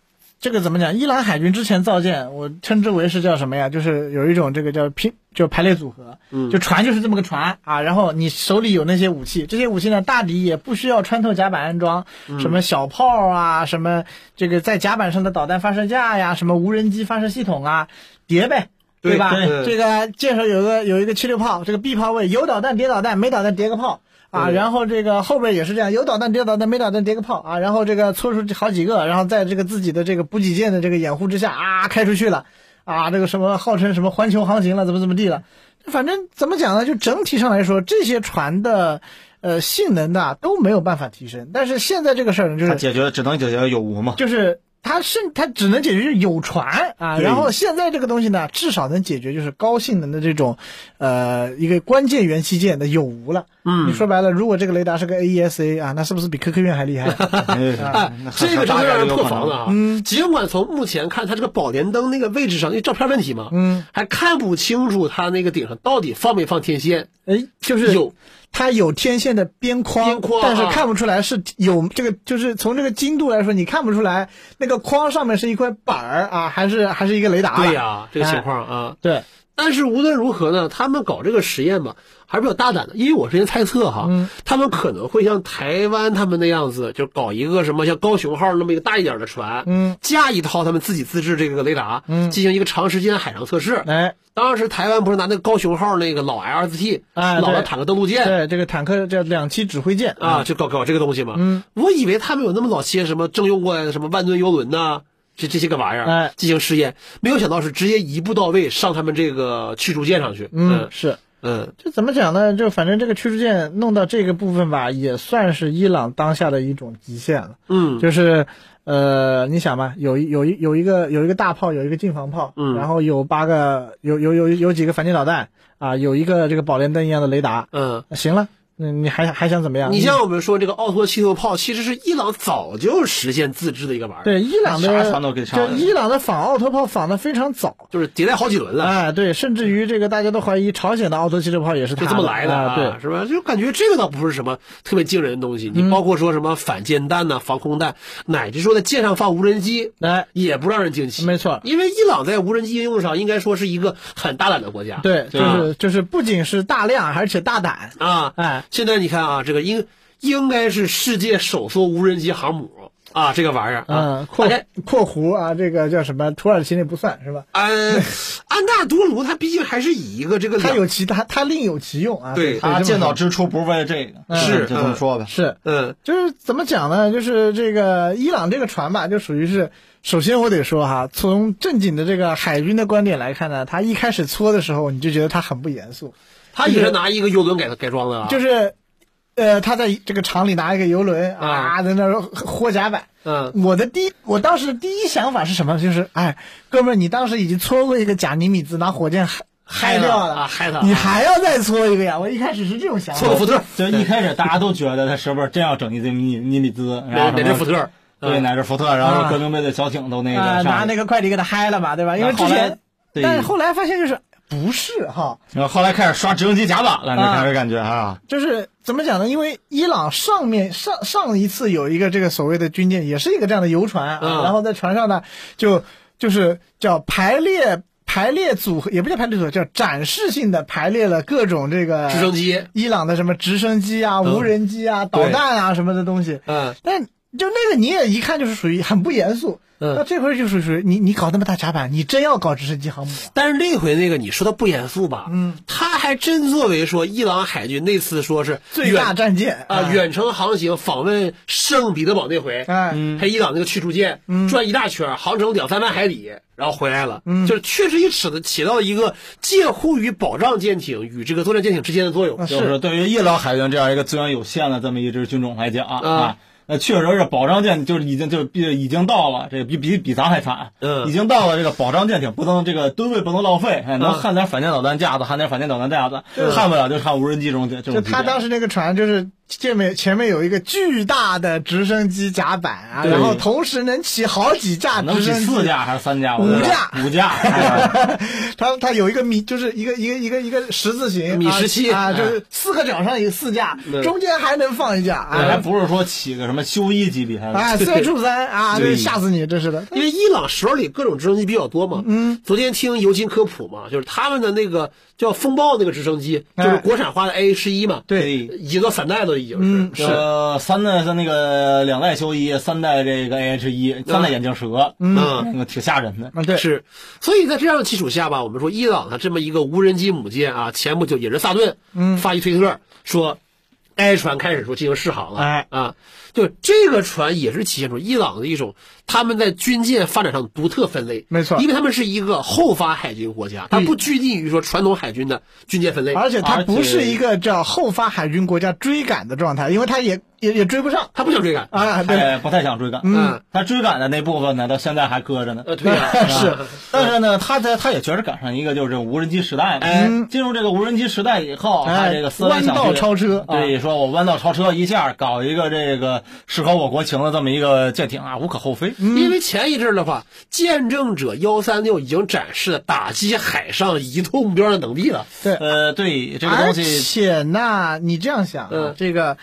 Speaker 1: 这个怎么讲？伊朗海军之前造舰，我称之为是叫什么呀？就是有一种这个叫拼，就排列组合，
Speaker 2: 嗯
Speaker 1: 就船就是这么个船啊。然后你手里有那些武器，这些武器呢，大抵也不需要穿透甲板安装，
Speaker 2: 嗯
Speaker 1: 什么小炮啊，什么这个在甲板上的导弹发射架呀，什么无人机发射系统啊，叠呗。
Speaker 2: 对
Speaker 1: 吧？
Speaker 2: 对
Speaker 1: 这个舰首有一个有一个七六炮，这个 B 炮位有导弹叠导弹，没导弹叠个炮啊。
Speaker 2: 对
Speaker 1: 然后这个后边也是这样，有导弹叠导弹，没导弹叠个炮啊。然后这个搓出好几个，然后在这个自己的这个补给舰的这个掩护之下啊，开出去了啊。这个什么号称什么环球航行了，怎么怎么地了。反正怎么讲呢？就整体上来说，这些船的呃性能呐都没有办法提升。但是现在这个事儿呢，就
Speaker 3: 它
Speaker 1: 是
Speaker 3: 解决只能解决有无 嘛。
Speaker 1: 就是它是它只能解决有船啊，
Speaker 3: 对
Speaker 1: 然后现在这个东西呢，至少能解决就是高性能的这种，呃，一个关键元器件的有无了。
Speaker 2: 嗯
Speaker 1: 你说白了，如果这个雷达是个 AESA 啊，那是不是比 QQ 院还厉害？
Speaker 3: 哎
Speaker 1: 啊
Speaker 2: 哎，这个真的让人破防的。啊！
Speaker 1: 嗯
Speaker 2: 尽管从目前看，它这个宝莲灯那个位置上，因为照片问题嘛，
Speaker 1: 嗯，
Speaker 2: 还看不清楚它那个顶上到底放没放天线，
Speaker 1: 哎，就是
Speaker 2: 有
Speaker 1: 它有天线的边框，
Speaker 2: 边框
Speaker 1: 但是
Speaker 2: 啊
Speaker 1: 看不出来是有这个，就是从这个精度来说，你看不出来那个框上面是一块板儿啊，还是还是一个雷达了？
Speaker 2: 对呀、这
Speaker 1: 哎
Speaker 2: 个情况啊。
Speaker 1: 对，
Speaker 2: 但是无论如何呢，他们搞这个实验吧，还是比较大胆的。因为我之前猜测哈，
Speaker 1: 嗯
Speaker 2: 他们可能会像台湾他们那样子，就搞一个什么像高雄号那么一个大一点的船，
Speaker 1: 嗯，
Speaker 2: 架一套他们自己自制这个雷达，
Speaker 1: 嗯
Speaker 2: 进行一个长时间海上测试。
Speaker 1: 哎，
Speaker 2: 当时台湾不是拿那个高雄号那个老 LST，、
Speaker 1: 哎
Speaker 2: 老的
Speaker 1: 对
Speaker 2: 坦克登陆舰
Speaker 1: 对，这个坦克叫两栖指挥舰
Speaker 2: 啊啊，就搞搞这个东西嘛。
Speaker 1: 嗯，
Speaker 2: 我以为他们有那么早些什么征用过来的什么万吨油轮呐、这这些个玩意儿
Speaker 1: 哎，
Speaker 2: 进行试验，没有想到是直接一步到位上他们这个驱逐舰上去。
Speaker 1: 嗯，是。
Speaker 2: 嗯
Speaker 1: 就怎么讲呢？就反正这个驱逐舰弄到这个部分吧，也算是伊朗当下的一种极限了。
Speaker 2: 嗯
Speaker 1: 就是，呃，你想吧，有一有一有一个有一个大炮，有一个近防炮，
Speaker 2: 嗯
Speaker 1: 然后有八个有有有有几个反舰导弹啊，有一个这个宝莲灯一样的雷达，
Speaker 2: 嗯
Speaker 1: 行了，那你还还想怎么样？
Speaker 2: 你像我们说这个奥托气球炮，其实是伊朗早就实现自制的一个玩意儿，
Speaker 1: 对伊朗
Speaker 3: 啥船
Speaker 1: 的，
Speaker 3: 都给
Speaker 1: 就
Speaker 3: 上了。
Speaker 1: 伊朗的仿奥托炮仿的非常早。
Speaker 2: 就是迭代好几轮了，
Speaker 1: 哎，对，甚至于这个大家都怀疑朝鲜的奥托气球炮也是
Speaker 2: 就
Speaker 1: 他
Speaker 2: 这么来的
Speaker 1: 啊，对，嗯
Speaker 2: 是吧？就感觉这个倒不是什么特别惊人的东西。你包括说什么反舰弹呐、防空弹，乃至说在舰上放无人机，
Speaker 1: 来，
Speaker 2: 也不让人惊奇。
Speaker 1: 哎没错，
Speaker 2: 因为伊朗在无人机应用上应该说是一个很大胆的国家。
Speaker 1: 对，就
Speaker 2: 吧
Speaker 1: 是就是不仅是大量，而且大胆，
Speaker 2: 啊，
Speaker 1: 哎，
Speaker 2: 现在你看啊，这个应应该是世界首艘无人机航母啊，这个玩意儿啊，
Speaker 1: 嗯，括
Speaker 2: 大家
Speaker 1: 括弧啊，这个叫什么？土耳其那不算是吧？
Speaker 2: 安安纳多卢它毕竟还是以一个这个
Speaker 1: 它
Speaker 2: 两
Speaker 1: 有其他，它另有其用啊。
Speaker 2: 对
Speaker 1: 可以
Speaker 3: 他
Speaker 1: 这么
Speaker 3: 建造
Speaker 1: 说
Speaker 3: 之初不是为了这
Speaker 1: 嗯
Speaker 3: 个，
Speaker 2: 是
Speaker 3: 就这么说吧。
Speaker 1: 是
Speaker 2: 嗯
Speaker 1: 就是怎么讲呢？就是这个伊朗这个船吧，就属于是，首先我得说哈，从正经的这个海军的观点来看呢，他一开始搓的时候，你就觉得他很不严肃，
Speaker 2: 它也是拿一个油轮改改装的啊，
Speaker 1: 就是是，呃，他在这个厂里拿一个游轮啊，在那儿豁甲板。
Speaker 2: 嗯
Speaker 1: 我的第一，我当时第一想法是什么？就是，哎，哥们儿，你当时已经搓过一个贾尼米兹，拿火箭嗨嗨掉
Speaker 2: 啊，嗨它，
Speaker 1: 你还要再搓一个呀？我一开始是这种想法。
Speaker 2: 错个福特，
Speaker 3: 就一开始大家都觉得他是不是真要整尼尼尼米兹，然
Speaker 2: 哪
Speaker 3: 后
Speaker 2: 哪
Speaker 3: 什
Speaker 2: 只
Speaker 3: 么
Speaker 2: 福特？
Speaker 3: 对，
Speaker 2: 嗯
Speaker 3: 乃至福特，然后
Speaker 1: 啊
Speaker 3: 革命卫队小艇都那
Speaker 1: 啊、
Speaker 3: 个
Speaker 1: 拿
Speaker 3: 上
Speaker 1: 那
Speaker 3: 去。
Speaker 1: 个快递给他嗨了嘛，对吧？因为
Speaker 3: 那
Speaker 1: 之
Speaker 3: 后来
Speaker 1: 前，
Speaker 3: 对
Speaker 1: 但是后来发现就是不是哈，
Speaker 3: 然后后来开始刷直升机甲板了，
Speaker 1: 啊
Speaker 3: 你开始感觉啊，
Speaker 1: 就是怎么讲呢？因为伊朗上面上上一次有一个这个所谓的军舰，也是一个这样的游船，啊
Speaker 2: 嗯
Speaker 1: 然后在船上呢，就就是叫排列排列组合，也不叫排列组合，叫展示性的排列了各种这个
Speaker 2: 直升机，
Speaker 1: 伊朗的什么直升机啊、
Speaker 2: 嗯
Speaker 1: 无人机啊、导弹啊什么的东西，
Speaker 2: 嗯
Speaker 1: 但就那个你也一看就是属于很不严肃。那
Speaker 2: 嗯。
Speaker 1: 这回就是属于你你搞那么大甲板，你真要搞直升机航母啊？
Speaker 2: 但是那回那个你说它不严肃吧？
Speaker 1: 嗯，
Speaker 2: 他还真作为说伊朗海军那次说是
Speaker 1: 最大
Speaker 2: 远
Speaker 1: 战舰
Speaker 2: 啊远程航行访问圣彼得堡那回，
Speaker 1: 哎，
Speaker 3: 嗯，
Speaker 2: 陪伊朗那个驱逐舰
Speaker 1: 嗯
Speaker 2: 转一大圈儿，航程两三万海里，然后回来了，
Speaker 1: 嗯
Speaker 2: 就是确实也起的起到一个介乎于保障舰艇与这个作战舰艇之间的作用
Speaker 1: 啊。
Speaker 3: 就是对于伊朗海军这样一个资源有限的这么一支军种来讲
Speaker 2: 啊
Speaker 3: 啊，那确实是保障舰就是已经就比已经到了这个比比比咱还惨，
Speaker 2: 嗯
Speaker 3: 已经到了这个保障舰艇不能这个吨位不能浪费，哎，能
Speaker 2: 嗯
Speaker 3: 焊点反舰导弹架子，焊点反舰导弹架子，焊不了就焊无人机这种这种
Speaker 1: 就
Speaker 3: 机
Speaker 1: 他
Speaker 3: 械
Speaker 1: 当时那个船，就是前面前面有一个巨大的直升机甲板啊，
Speaker 3: 对
Speaker 1: 然后同时能起好几架
Speaker 3: 能
Speaker 1: 直
Speaker 3: 起
Speaker 1: 升机，
Speaker 3: 四架还是三架？我
Speaker 1: 五
Speaker 3: 觉得
Speaker 1: 架
Speaker 3: 五架。哎
Speaker 1: 它它有一个米，就是一个一个一个一个十字形
Speaker 2: 米
Speaker 1: 啊
Speaker 2: 十七
Speaker 1: 啊，就是四个角上有四架，中间还能放一架
Speaker 3: 这还
Speaker 1: 啊
Speaker 3: 不是说起个什么修一级别的，
Speaker 1: 啊，四个柱三啊，
Speaker 3: 对
Speaker 1: 这吓死你，真是的。
Speaker 2: 因为伊朗手里各种直升机比较多嘛，
Speaker 1: 嗯，
Speaker 2: 昨天听尤金科普嘛，就是他们的那个叫风暴那个直升机，
Speaker 1: 哎
Speaker 2: 就是国产化的 A 十一嘛，
Speaker 1: 对
Speaker 2: 已经到三代都已经
Speaker 1: 嗯
Speaker 2: 是，呃
Speaker 3: 呃，三代是那个两代修一，三代这个 AH 一，三代眼镜蛇，嗯，
Speaker 2: 嗯
Speaker 3: 那个挺吓人的。
Speaker 1: 啊，对，
Speaker 2: 是，所以在这样的基础下吧，我们说伊朗它这么一个无人机母舰啊，前不久也是萨顿
Speaker 1: 嗯
Speaker 2: 发一推特说，该船开始说进行试航了，
Speaker 1: 哎
Speaker 2: 啊，就这个船也是体现出伊朗的一种他们在军舰发展上独特分类，
Speaker 1: 没错
Speaker 2: 因为他们是一个后发海军国家，它不拘泥于说传统海军的军舰分类，
Speaker 1: 而且它
Speaker 3: 而
Speaker 1: 不
Speaker 3: 且
Speaker 1: 是一个叫后发海军国家追赶的状态，因为它也也也追不上
Speaker 2: 它不想追赶，
Speaker 1: 啊，对。
Speaker 3: 哎，不太想追赶。
Speaker 2: 嗯，
Speaker 3: 他追赶的那部分呢，到现在还搁着呢。
Speaker 2: 呃，对啊，
Speaker 1: 是
Speaker 3: 但是呢，他在他也确实赶上一个就是无人机时代嘛。
Speaker 1: 嗯
Speaker 3: 进入这个无人机时代以后，他
Speaker 1: 哎
Speaker 3: 这个，思维
Speaker 1: 弯
Speaker 3: 想去
Speaker 1: 道超车，啊
Speaker 3: 对，说我弯道超车一下，搞一个这个适合我国情的这么一个舰艇啊，无可厚
Speaker 1: 嗯
Speaker 3: 非。
Speaker 2: 因为前一阵儿的话，见证者幺三六已经展示了打击海上移动目标的能力了。
Speaker 1: 对，
Speaker 3: 呃，对这个
Speaker 1: 而
Speaker 3: 东西，
Speaker 1: 且呢，你这样想啊
Speaker 2: 嗯，
Speaker 1: 这个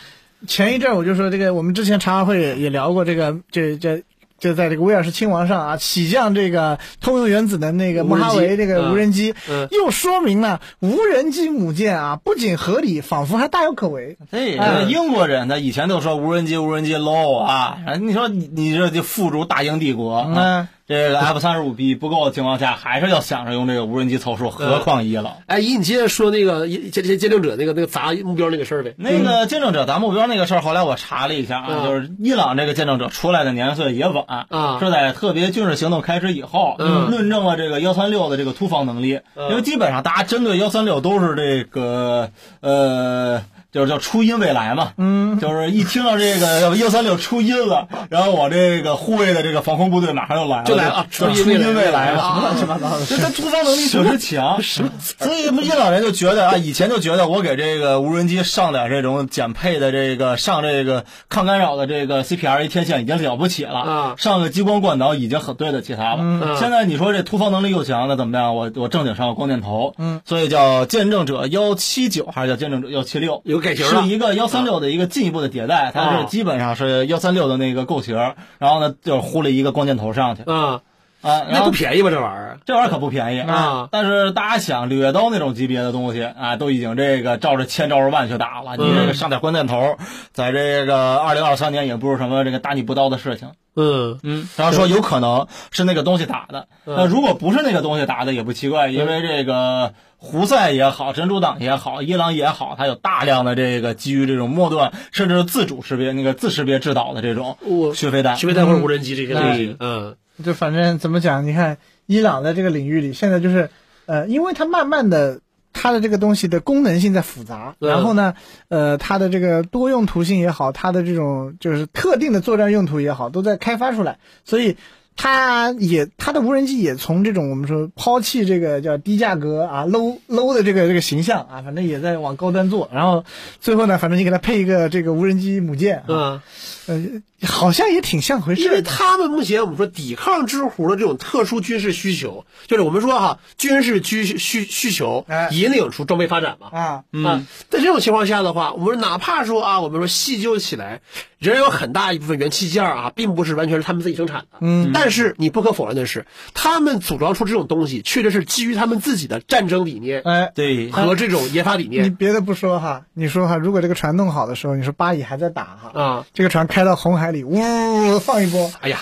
Speaker 1: 前一阵儿我就说这个，我们之前茶话会也聊过这个，这这。就在这个威尔士亲王上啊，起降这个通用原子能那个
Speaker 2: 无
Speaker 1: 莫
Speaker 2: 人
Speaker 1: 哈
Speaker 2: 机
Speaker 1: 维这个
Speaker 2: 嗯
Speaker 1: 无人机，
Speaker 2: 嗯
Speaker 1: 又说明了无人机母舰啊不仅合理，仿佛还大有可为。
Speaker 3: 对，
Speaker 1: 哎
Speaker 3: 英国人他以前都说无人机无人机 low 啊，然后你说你你这就附逐大英帝国，
Speaker 1: 嗯，
Speaker 3: 这个 F 三十五 B 不够的情况下，还是要想着用这个无人机操
Speaker 1: 呃
Speaker 3: 作，何况伊朗。
Speaker 2: 哎，姨，你接着说那个一接接接令者那个那个砸目标那个事儿呗。
Speaker 3: 那个见证者咱目标那个事儿，后来我查了一下啊，
Speaker 2: 嗯
Speaker 3: 就是伊朗这个见证者出来的年岁也晚，
Speaker 2: 啊
Speaker 3: 是在特别军事行动开始以后，
Speaker 2: 嗯
Speaker 3: 论证了这个幺三六的这个突防能力。
Speaker 2: 嗯
Speaker 3: 因为基本上大家针对幺三六都是这个呃，就是叫初音未来嘛，
Speaker 1: 嗯，
Speaker 3: 就是一听到这个幺三六初音了，然后我这个护卫的这个防空部队马上就来了，
Speaker 2: 就来了
Speaker 3: 就
Speaker 2: 初
Speaker 3: 初
Speaker 2: 音未来
Speaker 3: 音未来
Speaker 2: 啊
Speaker 3: 嘛，
Speaker 1: 乱七八糟的
Speaker 3: 这他突发能力确实强，所以伊朗人就觉得啊，以前就觉得我给这个无人机上点这种减配的这个上这个抗干扰的这个 CPR 一天线已经了不起了，
Speaker 2: 啊
Speaker 3: 上个激光惯导已经很对得起他了。
Speaker 2: 嗯
Speaker 3: 现在你说这突防能力又强，那怎么样？我我正经上个光电头，
Speaker 1: 嗯，
Speaker 3: 所以叫见证者幺七九还是叫见证者幺七六？
Speaker 2: 有改型了
Speaker 3: 是一个幺三六的一个进一步的迭代，它
Speaker 2: 哦
Speaker 3: 是基本上是幺三六的那个构型，然后呢就是糊了一个光电头上去
Speaker 2: 啊，
Speaker 3: 啊，然
Speaker 2: 那
Speaker 3: 后
Speaker 2: 不便宜吧？这玩意儿
Speaker 3: 这玩意儿可不便宜
Speaker 2: 啊
Speaker 3: 但是大家想，柳叶刀那种级别的东西啊，都已经这个照着千照着万去打了。
Speaker 2: 嗯
Speaker 3: 你这个上点关键头，在这个二零二三年也不是什么这个大逆不道的事情。
Speaker 2: 嗯，
Speaker 3: 嗯，然后说有可能是那个东西打的，
Speaker 2: 嗯
Speaker 3: 那如果不是那个东西打的也不奇怪，因为这个胡塞也好，珍珠党也好，伊朗也好，它有大量的这个基于这种末端甚至是自主识别那个自识别制导的这种
Speaker 2: 我
Speaker 3: 学飞弹。
Speaker 2: 徐飞弹或者无人机这些东西
Speaker 3: 嗯，
Speaker 2: 嗯
Speaker 1: 就反正怎么讲，你看伊朗在这个领域里，现在就是呃，因为它慢慢的。它的这个东西的功能性在复杂，
Speaker 2: 嗯
Speaker 1: 然后呢，呃，它的这个多用途性也好，它的这种就是特定的作战用途也好，都在开发出来，所以它也它的无人机也从这种我们说抛弃这个叫低价格啊 low low 的这个这个形象啊，反正也在往高端做，然后最后呢，反正你给它配一个这个无人机母舰，啊，
Speaker 2: 嗯，
Speaker 1: 呃，好像也挺像回事
Speaker 2: 因
Speaker 1: 儿的，
Speaker 2: 为他们目前我们说抵抗之狐的这种特殊军事需求，就是我们说哈，军事需需需求
Speaker 1: 哎
Speaker 2: 引领出装备发展嘛。
Speaker 1: 啊，
Speaker 2: 啊
Speaker 3: 嗯，，
Speaker 2: 在这种情况下的话，我们哪怕说啊，我们说细究起来，仍然有很大一部分元器件啊，并不是完全是他们自己生产的。
Speaker 1: 嗯，
Speaker 2: 但是你不可否认的是，他们组装出这种东西，确实是基于他们自己的战争理念
Speaker 1: 哎，
Speaker 3: 对，
Speaker 2: 和这种研发理
Speaker 1: 你
Speaker 2: 念
Speaker 1: 别的不说哈，你说哈，如果这个船弄好的时候，你说巴以还在打哈，
Speaker 2: 啊。
Speaker 1: 这个船开到红海里，呜放一波，
Speaker 2: 哎呀，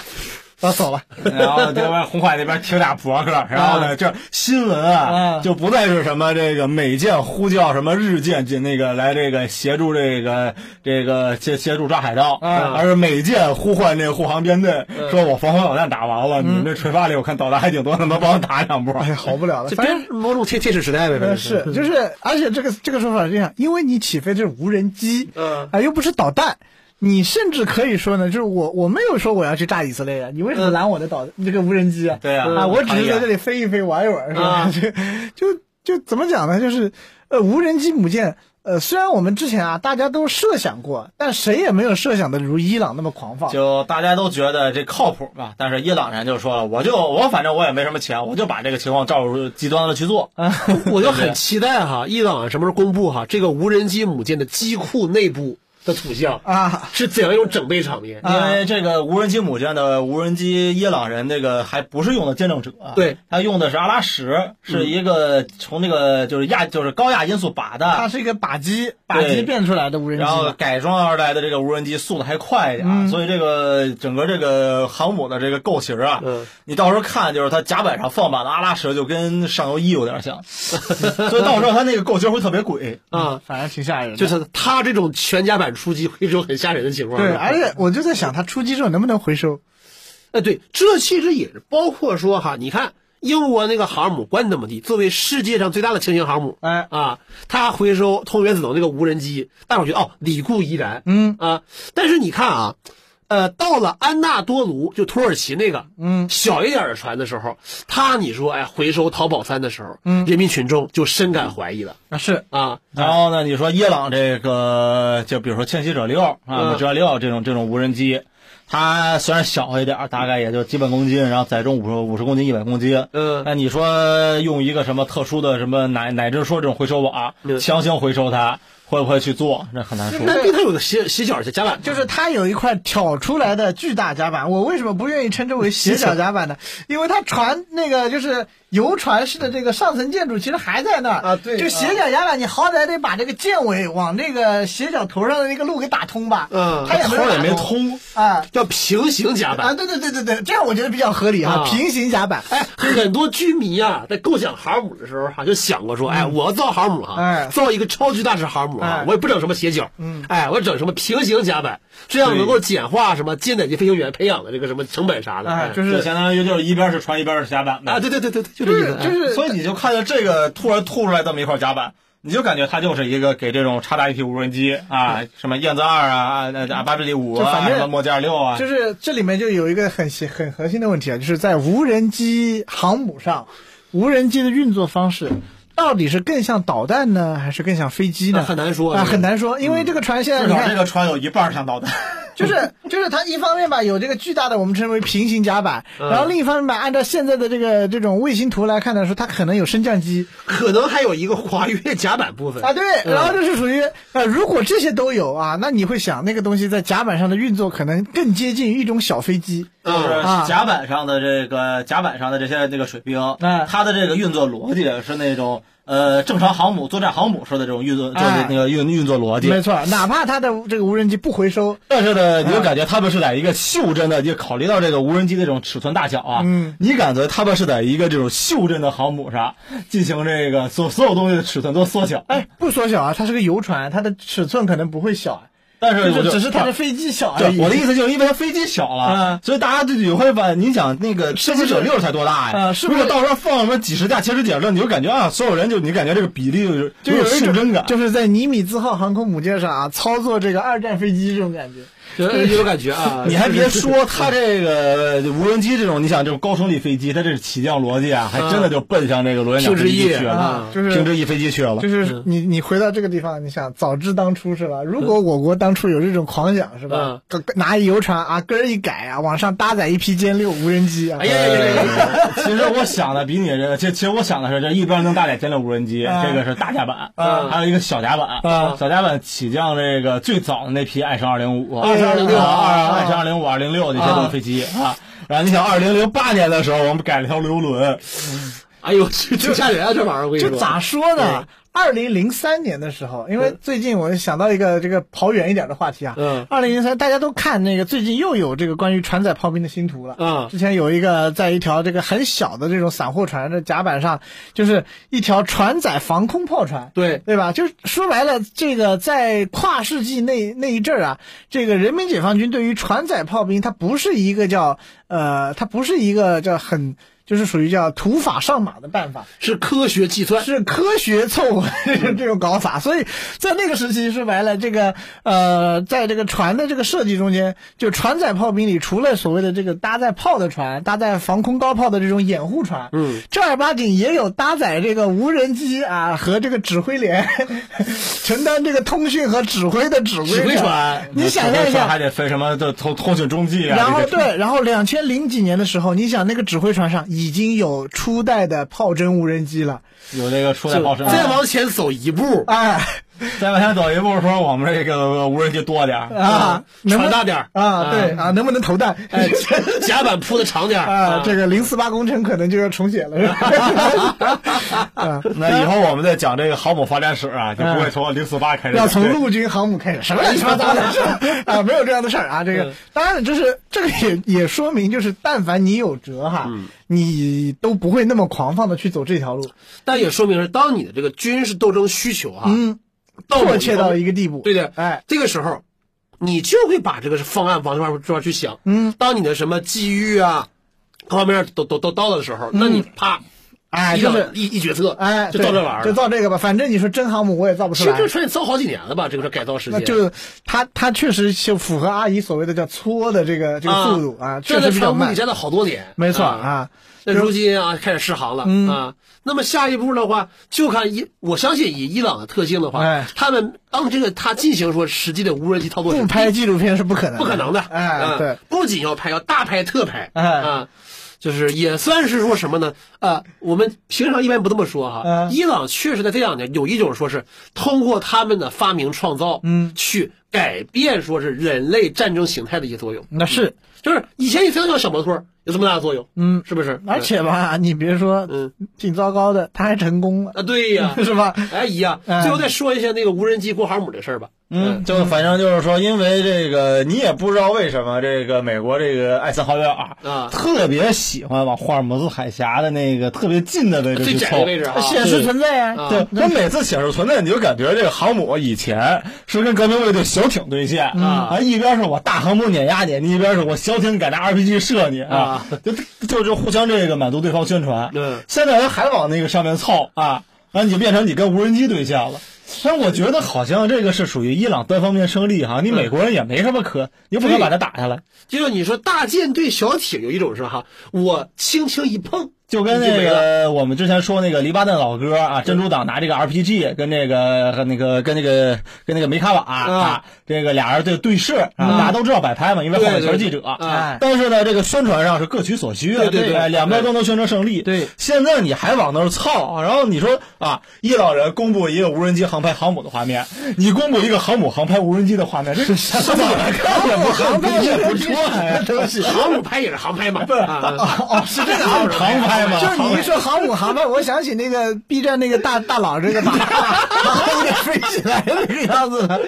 Speaker 1: 拉走了。
Speaker 3: 然后这边红海那边停俩博客，然后呢，这新闻啊
Speaker 1: 啊，
Speaker 3: 就不再是什么这个美舰呼叫什么日舰进那个来这个协助这个这个协协助抓海盗，
Speaker 1: 啊
Speaker 3: 而是美舰呼唤这护航编队，
Speaker 1: 嗯
Speaker 3: 说我防空导弹打完了，你们这垂发里我看导弹还挺多，能不能帮我打两波？
Speaker 1: 哎呀，好不了了，
Speaker 2: 这
Speaker 1: 反正。
Speaker 2: 边某种贴贴纸时代呗，反
Speaker 1: 呃，
Speaker 2: 正
Speaker 1: 是，就是，而且这个这个说法是这样，因为你起飞这是无人机，
Speaker 2: 嗯
Speaker 1: 啊、又不是导弹，你甚至可以说呢，就是我我没有说我要去炸以色列呀，你为什么拦我的导、这个无人机啊？
Speaker 3: 嗯对呀
Speaker 1: 啊，我只
Speaker 3: 可
Speaker 1: 是
Speaker 3: 以啊
Speaker 1: 在这里飞一飞玩一玩，是吧？
Speaker 2: 啊
Speaker 1: 就就就怎么讲呢？就是呃，无人机母舰。呃，虽然我们之前啊，大家都设想过，但谁也没有设想的如伊朗那么狂放。
Speaker 3: 就大家都觉得这靠谱吧，但是伊朗人就说了，我就我反正我也没什么钱，我就把这个情况照着极端的去做。
Speaker 2: 我就很期待哈，伊朗什么时候公布哈这个无人机母舰的机库内部的图像
Speaker 1: 啊，
Speaker 2: 是怎样一种整备场面？
Speaker 3: 因为这个无人机母舰的无人机伊朗人这个还不是用的见证者，
Speaker 2: 对，
Speaker 3: 他用的是阿拉什，是一个从那个就是亚就是高亚音速靶
Speaker 1: 它
Speaker 3: 的。
Speaker 1: 是一个靶机，靶
Speaker 3: 对
Speaker 1: 机变出来的无人机
Speaker 3: 然后
Speaker 1: 嘛。
Speaker 3: 改装二代的这个无人机速度还快一点，啊
Speaker 1: 嗯
Speaker 3: 所以这个整个这个航母的这个构型啊，
Speaker 2: 嗯
Speaker 3: 你到时候看就是它甲板上放满了阿拉什，就跟上游一有 点像，所以到时候它那个构型会特别诡。
Speaker 2: 啊，
Speaker 1: 反正挺吓人的。
Speaker 2: 就是他这种全甲板出击，会有一种很吓人的情况。
Speaker 1: 对，哎而且我就在想，它出击之后能不能回收？
Speaker 2: 哎，对，这其实也是包括说哈，你看英国那个航母，管你怎么地，作为世界上最大的轻型航母
Speaker 1: 哎，
Speaker 2: 啊，它回收通原子楼那个无人机，大伙儿觉得哦，理固怡然
Speaker 1: 嗯
Speaker 2: 啊。但是你看啊，呃，到了安纳多卢，就土耳其那个，
Speaker 1: 嗯，
Speaker 2: 小一点的船的时候，他你说哎，回收淘宝三的时候，
Speaker 1: 嗯
Speaker 2: 人民群众就深感怀疑了
Speaker 1: 是
Speaker 2: 啊。
Speaker 3: 然后呢，你说伊朗这个，就比如说迁徙者六啊、
Speaker 2: 嗯
Speaker 3: 米格六这种这种无人机，它虽然小一点儿，大概也就几百公斤，然后载重五十五十公斤、一百公斤。
Speaker 2: 嗯
Speaker 1: 哎
Speaker 3: 那你说用一个什么特殊的什么乃乃至说这种回收网
Speaker 2: 嗯
Speaker 3: 强行回收它，会不会去做？那很难说。
Speaker 2: 那对它有个斜斜角甲板，
Speaker 1: 就是它有一块挑出来的巨大甲板，我为什么不愿意称之为斜角甲板呢？因为它船那个就是游船式的这个上层建筑其实还在那儿
Speaker 2: 啊对
Speaker 1: 就斜角甲板，你好歹得把这个舰尾往这个斜角头上的那个路给打通吧？
Speaker 2: 嗯
Speaker 1: 它也没有
Speaker 3: 后来也没
Speaker 1: 打通
Speaker 3: 通，
Speaker 1: 啊，啊
Speaker 2: 叫平行甲板。
Speaker 1: 啊，对对对对对，这样我觉得比较合理啊，
Speaker 2: 啊
Speaker 1: 平行甲板，
Speaker 2: 哎，很多居民啊，在构想航母的时候哈、就想过说，哎，我要造航母哈、
Speaker 1: 嗯哎
Speaker 2: 造一个超巨大式航母哈、
Speaker 1: 哎
Speaker 2: 我也不整什么斜角，
Speaker 1: 嗯，
Speaker 2: 哎，我整什么平行甲板，这样能够简化什么舰载机飞行员培养的这个什么成本啥的，
Speaker 1: 哎
Speaker 2: 哎，
Speaker 1: 就
Speaker 3: 这
Speaker 1: 是
Speaker 3: 相当于就是一边是船一边是甲板呗
Speaker 2: 啊，对对对对对，就
Speaker 1: 就
Speaker 2: 这意
Speaker 1: 是
Speaker 2: 思，哎
Speaker 1: 就是
Speaker 3: 所以你就看见这个突然吐出来这么一块甲板，你就感觉它就是一个给这种叉大一体无人机啊，什么燕子二啊，啊啊巴比里五
Speaker 1: 就反
Speaker 3: 啊，
Speaker 1: 正
Speaker 3: 什么墨迹二六啊，
Speaker 1: 就是这里面就有一个很核很核心的问题啊，就是在无人机航母上，无人机的运作方式到底是更像导弹呢，还是更像飞机
Speaker 2: 那
Speaker 1: 呢？
Speaker 2: 很难说
Speaker 1: 啊，
Speaker 2: 这个嗯
Speaker 1: 很难说，因为这个船现在
Speaker 3: 至
Speaker 1: 你
Speaker 3: 少
Speaker 1: 看
Speaker 3: 这，个船有一半像 导弹。
Speaker 1: 就是就是它一方面吧有这个巨大的我们称为平行甲板，
Speaker 2: 嗯
Speaker 1: 然后另一方面吧，按照现在的这个这种卫星图来看的时候，它可能有升降机
Speaker 2: 可能还有一个跨越甲板部分
Speaker 1: 啊，对，
Speaker 2: 嗯
Speaker 1: 然后这是属于呃，如果这些都有啊，那你会想那个东西在甲板上的运作可能更接近一种小飞机，
Speaker 3: 就是
Speaker 1: 啊
Speaker 3: 甲板上的这个甲板上的这些这个水兵，
Speaker 1: 嗯
Speaker 3: 它的这个运作逻辑是那种呃正常航母作战航母式的这种运作，就是
Speaker 1: 哎
Speaker 3: 那个运运作逻辑。
Speaker 1: 没错，哪怕它的这个无人机不回收，
Speaker 3: 但是呢，你就感觉他们是在一个袖珍的，就考虑到这个无人机的这种尺寸大小啊，
Speaker 1: 嗯
Speaker 3: 你感觉他们是在一个这种袖珍的航母上进行这个所所有东西的尺寸都缩小，
Speaker 1: 哎，不缩小啊，它是个游船，它的尺寸可能不会小，啊
Speaker 3: 但是我
Speaker 1: 就
Speaker 3: 就是啊
Speaker 1: 只是它的飞机小而
Speaker 3: 对
Speaker 1: 已。
Speaker 3: 我的意思就是因为它飞机小了
Speaker 1: 嗯，
Speaker 3: 所以大家就你会把你想那
Speaker 1: 是
Speaker 3: 个生
Speaker 1: 不是
Speaker 3: 死者六才多大呀？
Speaker 1: 嗯是不
Speaker 3: 如
Speaker 1: 是
Speaker 3: 果到时候放什么几十架、七十架这，你就感觉啊，所有人就你感觉这个比例就是
Speaker 1: 就
Speaker 3: 有
Speaker 1: 有一
Speaker 3: 袖珍
Speaker 1: 种
Speaker 3: 感，
Speaker 1: 就是在尼米兹号航空母舰上啊，操作这个二战飞机这种感觉。
Speaker 2: 有有感觉啊。
Speaker 3: 你还别说，它这个无人机这种，你想这种高升力飞机，它这是起降逻辑啊，还真的就奔向这个螺旋
Speaker 2: 平
Speaker 3: 桨飞
Speaker 2: 之翼
Speaker 3: 机去了，
Speaker 1: 啊，就
Speaker 3: 平
Speaker 1: 是
Speaker 3: 之翼飞机去了
Speaker 1: 就。是你你回到这个地方，你想早知当初是吧？如果我国当初有这种狂想是吧？跟拿一游船啊，根儿一改啊，往上搭载一批歼六无人机啊
Speaker 2: 哎，呀呀呀呀呀！
Speaker 3: 呃其实我想的比你这，其其实我想的是，这一边能搭载歼六无人机，
Speaker 1: 啊
Speaker 3: 这个是大甲板，
Speaker 2: 啊
Speaker 3: 还有一个小甲板，
Speaker 1: 啊
Speaker 3: 小甲板起降这个最早的那批爱升二零五、
Speaker 2: 爱升205
Speaker 3: 二、
Speaker 1: 啊
Speaker 3: 爱升二零五、二零六这些都是飞机啊。然后你想，二零零八年的时候，我们改了条游轮，
Speaker 2: 哎呦，这挺吓人啊，这玩意儿我跟你
Speaker 1: 就
Speaker 2: 说。
Speaker 1: 咋说呢？二零零三年的时候，因为最近我想到一个这个跑远一点的话题啊，
Speaker 2: 嗯
Speaker 1: 二零零三大家都看那个最近又有这个关于船载炮兵的新图了，
Speaker 2: 嗯
Speaker 1: 之前有一个在一条这个很小的这种散货船的甲板上，就是一条船载防空炮船。
Speaker 2: 对，
Speaker 1: 对吧？就是说白了，这个在跨世纪那那一阵儿啊，这个人民解放军对于船载炮兵，它不是一个叫呃，它不是一个叫很，就是属于叫土法上马的办法，
Speaker 2: 是科学计算。
Speaker 1: 是科学凑合这种搞
Speaker 2: 嗯
Speaker 1: 法，所以在那个时期说白了，这个呃，在这个船的这个设计中间，就船载炮兵里，除了所谓的这个搭载炮的船、搭载防空高炮的这种掩护船，
Speaker 2: 嗯，
Speaker 1: 正儿八经也有搭载这个无人机啊和这个指挥连， 承担这个通讯和指挥的指挥
Speaker 2: 指挥
Speaker 1: 的
Speaker 2: 船
Speaker 1: 你想象一
Speaker 3: 这
Speaker 1: 下，
Speaker 3: 还得分什么的通通讯中继啊？
Speaker 1: 然后
Speaker 3: 这个
Speaker 1: 对，然后两千零几年的时候，你想那个指挥船上已经有初代的炮针无人机了，
Speaker 3: 有这个初代炮声。
Speaker 2: 再往前走一步
Speaker 1: 哎
Speaker 3: 再往前走一步，说我们这个呃无人机多点儿，
Speaker 1: 啊，能不能
Speaker 2: 船大点儿，
Speaker 1: 啊，对啊，能不能投弹？
Speaker 2: 哎，甲板铺的长点 儿
Speaker 1: 啊，这个零四八工程可能就要重写了，是 吧？ 啊，
Speaker 3: 那以后我们再讲这个航母发展史啊，就不会从零四八开始讲，
Speaker 1: 要从陆军航母开始，什么乱七八糟的事儿 啊，没有这样的事儿啊。这个
Speaker 2: 嗯
Speaker 1: 当然了，就是这个也也说明，就是但凡你有辙哈，
Speaker 2: 嗯
Speaker 1: 你都不会那么狂放的去走这条路，
Speaker 2: 但也说明是，当你的这个军事斗争需求啊，
Speaker 1: 嗯，
Speaker 2: 到某
Speaker 1: 迫
Speaker 2: 一
Speaker 1: 切
Speaker 2: 方
Speaker 1: 到
Speaker 2: 面
Speaker 1: 一个地步，
Speaker 2: 对的，
Speaker 1: 哎，
Speaker 2: 这个时候，你就会把这个方案往这边这边去想。
Speaker 1: 嗯，
Speaker 2: 当你的什么机遇啊，各方面都都都到了的时候，那你啪，
Speaker 1: 嗯哎，
Speaker 2: 一
Speaker 1: 就
Speaker 2: 整
Speaker 1: 是
Speaker 2: 一一决策，
Speaker 1: 哎，
Speaker 2: 就到这玩意儿
Speaker 1: 对就
Speaker 2: 了。
Speaker 1: 造这个吧。反正你说真航母我也造不
Speaker 2: 其
Speaker 1: 出
Speaker 2: 实
Speaker 1: 来
Speaker 2: 这，个船也造好几年了吧？这个是改造时
Speaker 1: 那
Speaker 2: 间，
Speaker 1: 就它它确实就符合阿姨所谓的叫搓的这个这个速度啊，确
Speaker 2: 站
Speaker 1: 实
Speaker 2: 在
Speaker 1: 比较
Speaker 2: 船坞
Speaker 1: 慢
Speaker 2: 里，站了好多年，
Speaker 1: 没错
Speaker 2: 啊。
Speaker 1: 啊，
Speaker 2: 那如今啊，开始试航了、
Speaker 1: 嗯
Speaker 2: 啊。那么下一步的话，就看伊，我相信以伊朗的特性的话，
Speaker 1: 哎
Speaker 2: 他们当这个他进行说实际的无人机操作时
Speaker 1: 不拍纪录片是不可能的，
Speaker 2: 不可能的，
Speaker 1: 哎，
Speaker 2: 啊
Speaker 1: 对。，
Speaker 2: 不仅要拍，要大拍特拍，
Speaker 1: 哎
Speaker 2: 啊，就是也算是说什么呢？啊，我们平常一般不这么说哈、
Speaker 1: 嗯
Speaker 2: 伊朗确实在这两年有一种说是通过他们的发明创造，
Speaker 1: 嗯，
Speaker 2: 去改变说是人类战争形态的一些作用。
Speaker 1: 那是
Speaker 2: 就是以前你非常像小摩托，有这么大的作用，
Speaker 1: 嗯，
Speaker 2: 是不是？
Speaker 1: 而且吧，你别说，
Speaker 2: 嗯，
Speaker 1: 挺糟糕的，他还成功了，
Speaker 2: 啊，对呀，
Speaker 1: 是吧？
Speaker 2: 哎姨呀，
Speaker 1: 哎
Speaker 2: 最后再说一下那个无人机过航母的事儿吧。
Speaker 3: 嗯，就反正就是说，因为这个你也不知道为什么，这个美国这个艾森豪威尔
Speaker 2: 啊，
Speaker 3: 特别喜欢往霍尔木兹海峡的那个特别近的位置
Speaker 2: 最
Speaker 3: 去
Speaker 2: 窄的
Speaker 3: 凑。
Speaker 2: 位置啊，
Speaker 1: 显示存在呀、
Speaker 2: 啊
Speaker 3: 对，我每次显示存在，你就感觉这个航母以前是跟革命卫队小艇对线
Speaker 2: 啊
Speaker 3: 啊，一边是我大航母碾压你，一边是我小艇敢拿 RPG 射你啊，就就就互相这个满足对方宣传。
Speaker 2: 嗯，
Speaker 3: 现在人还往那个上面凑啊，那你就变成你跟无人机对线了。但我觉得好像这个是属于伊朗单方面胜利哈，你美国人也没什么可，你不可
Speaker 2: 对
Speaker 3: 把它打下来，
Speaker 2: 就是你说大舰对小艇有一种是哈，我轻轻 一碰，
Speaker 3: 就跟
Speaker 2: 你就
Speaker 3: 那
Speaker 2: 没了
Speaker 3: 个我们之前说那个黎巴嫩老哥啊，珍珠党拿这个 RPG 跟那个和那个跟那个跟那个梅卡瓦啊，这个俩人对对视啊，大家都知道摆拍嘛，因为后面全是记者
Speaker 2: 啊，
Speaker 3: 但是呢，这个宣传上是各取所需啊，
Speaker 2: 对对对
Speaker 3: 哎两边都能宣传胜利。
Speaker 1: 对，
Speaker 3: 现在你还往那儿凑，然后你说啊，伊朗人公布一个无人机航拍航母的画面，你公布一个航母航拍无人机的画面，这怎么看也不
Speaker 1: 航拍
Speaker 3: 你也不哎转呀
Speaker 1: 那。东西。
Speaker 2: 航母拍也是航拍 嘛，啊，
Speaker 1: 哦，是这个
Speaker 3: 航
Speaker 1: 航
Speaker 3: 母航拍嘛
Speaker 1: 就是你一说航母航拍，我想起那个 B 站那个大大佬 这个打，有点飞起来那个样子了，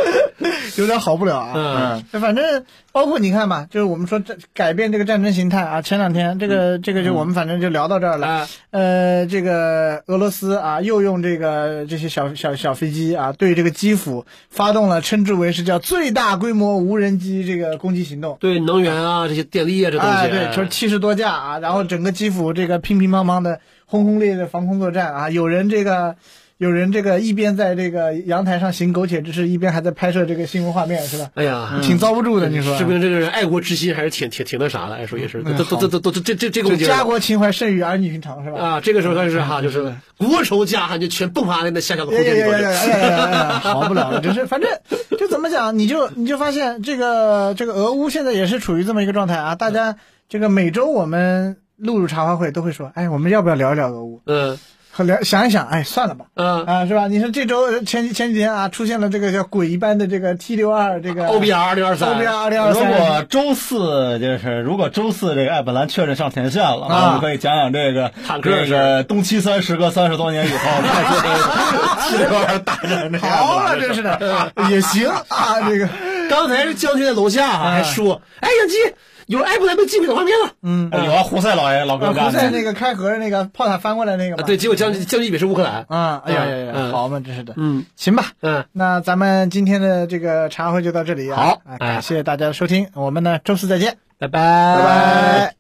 Speaker 1: 有点好不了啊。
Speaker 2: 嗯，
Speaker 1: 反正包括你看吧，就是我们说这改变这个战争形态啊。前两天这个、
Speaker 2: 嗯
Speaker 1: 这个就我们反正就聊到这儿了。
Speaker 2: 来，
Speaker 1: 呃，这个俄罗斯啊，又用这个这些小小小飞机啊，对这个基辅发动了称之为是叫最大规模无人机这个攻击行动。
Speaker 2: 对能源啊，这些电力啊，这东
Speaker 1: 啊，
Speaker 2: 西，
Speaker 1: 对，就是七十多架啊，然后整个基辅这个乒乒乓乓的轰轰烈烈的防空作战啊，有人这个。有人这个一边在这个阳台上行苟且之事，一边还在拍摄这个新闻画面，是吧？
Speaker 2: 哎呀，
Speaker 1: 嗯
Speaker 2: 嗯
Speaker 1: 挺遭不住的，你说？
Speaker 2: 士兵这个人爱国之心还是挺挺挺那啥的，哎，说也是，都都都都这这这这
Speaker 1: 就
Speaker 2: 个
Speaker 1: 家国情怀胜于儿女情长，是吧？
Speaker 2: 啊，这个时候算是哈，就是国仇家恨就全迸发在那下
Speaker 1: 哎
Speaker 2: 降的空间里头
Speaker 1: 呀呀呀呀呀呀呀呀！哎好不了了，真是，反正就怎么讲，你就你就发现这个这个俄乌现在也是处于这么一个状态啊，大家这个每周我们录入茶话会都会说，哎，我们要不要聊一聊俄乌？
Speaker 2: 嗯
Speaker 1: 和聊想一想，哎，算了吧。
Speaker 2: 嗯
Speaker 1: 啊，是吧？你说这周前几前几天啊，出现了这个叫鬼一般的这个 T 六二这个
Speaker 2: OBR 二零二三
Speaker 1: OBR 二零二
Speaker 3: 如
Speaker 1: 三，
Speaker 3: 果周四就是，如果周四这个艾本兰确认上前线了，
Speaker 1: 啊
Speaker 3: 我们可以讲讲这个
Speaker 2: 坦克的
Speaker 3: 这
Speaker 2: 事
Speaker 3: 个东七三时隔三十多年以后，这个这段大战这个艾本
Speaker 1: 好了，
Speaker 3: 兰的事
Speaker 1: 真是的，也行啊，这个
Speaker 2: 刚才是将军在楼下啊还说，哎，杨基有埃布莱被击毁的画面了。
Speaker 1: 嗯，
Speaker 3: 哎有啊，胡塞老爷老哥
Speaker 1: 不
Speaker 3: 干
Speaker 1: 在那
Speaker 3: 的，
Speaker 1: 个开合的那个炮塔翻过来那个
Speaker 2: 啊，
Speaker 1: 嘛，
Speaker 2: 对，结果将军将军以为是乌克兰。
Speaker 1: 啊，哎呀呀
Speaker 2: 嗯
Speaker 1: 呀，好嘛，真是的，
Speaker 2: 嗯
Speaker 1: 行吧，
Speaker 2: 嗯，
Speaker 1: 那咱们今天的这个茶话会就到这里啊，
Speaker 2: 好哎
Speaker 1: 啊感谢大家的收听，我们呢周四再见，
Speaker 2: 拜拜
Speaker 1: 拜拜。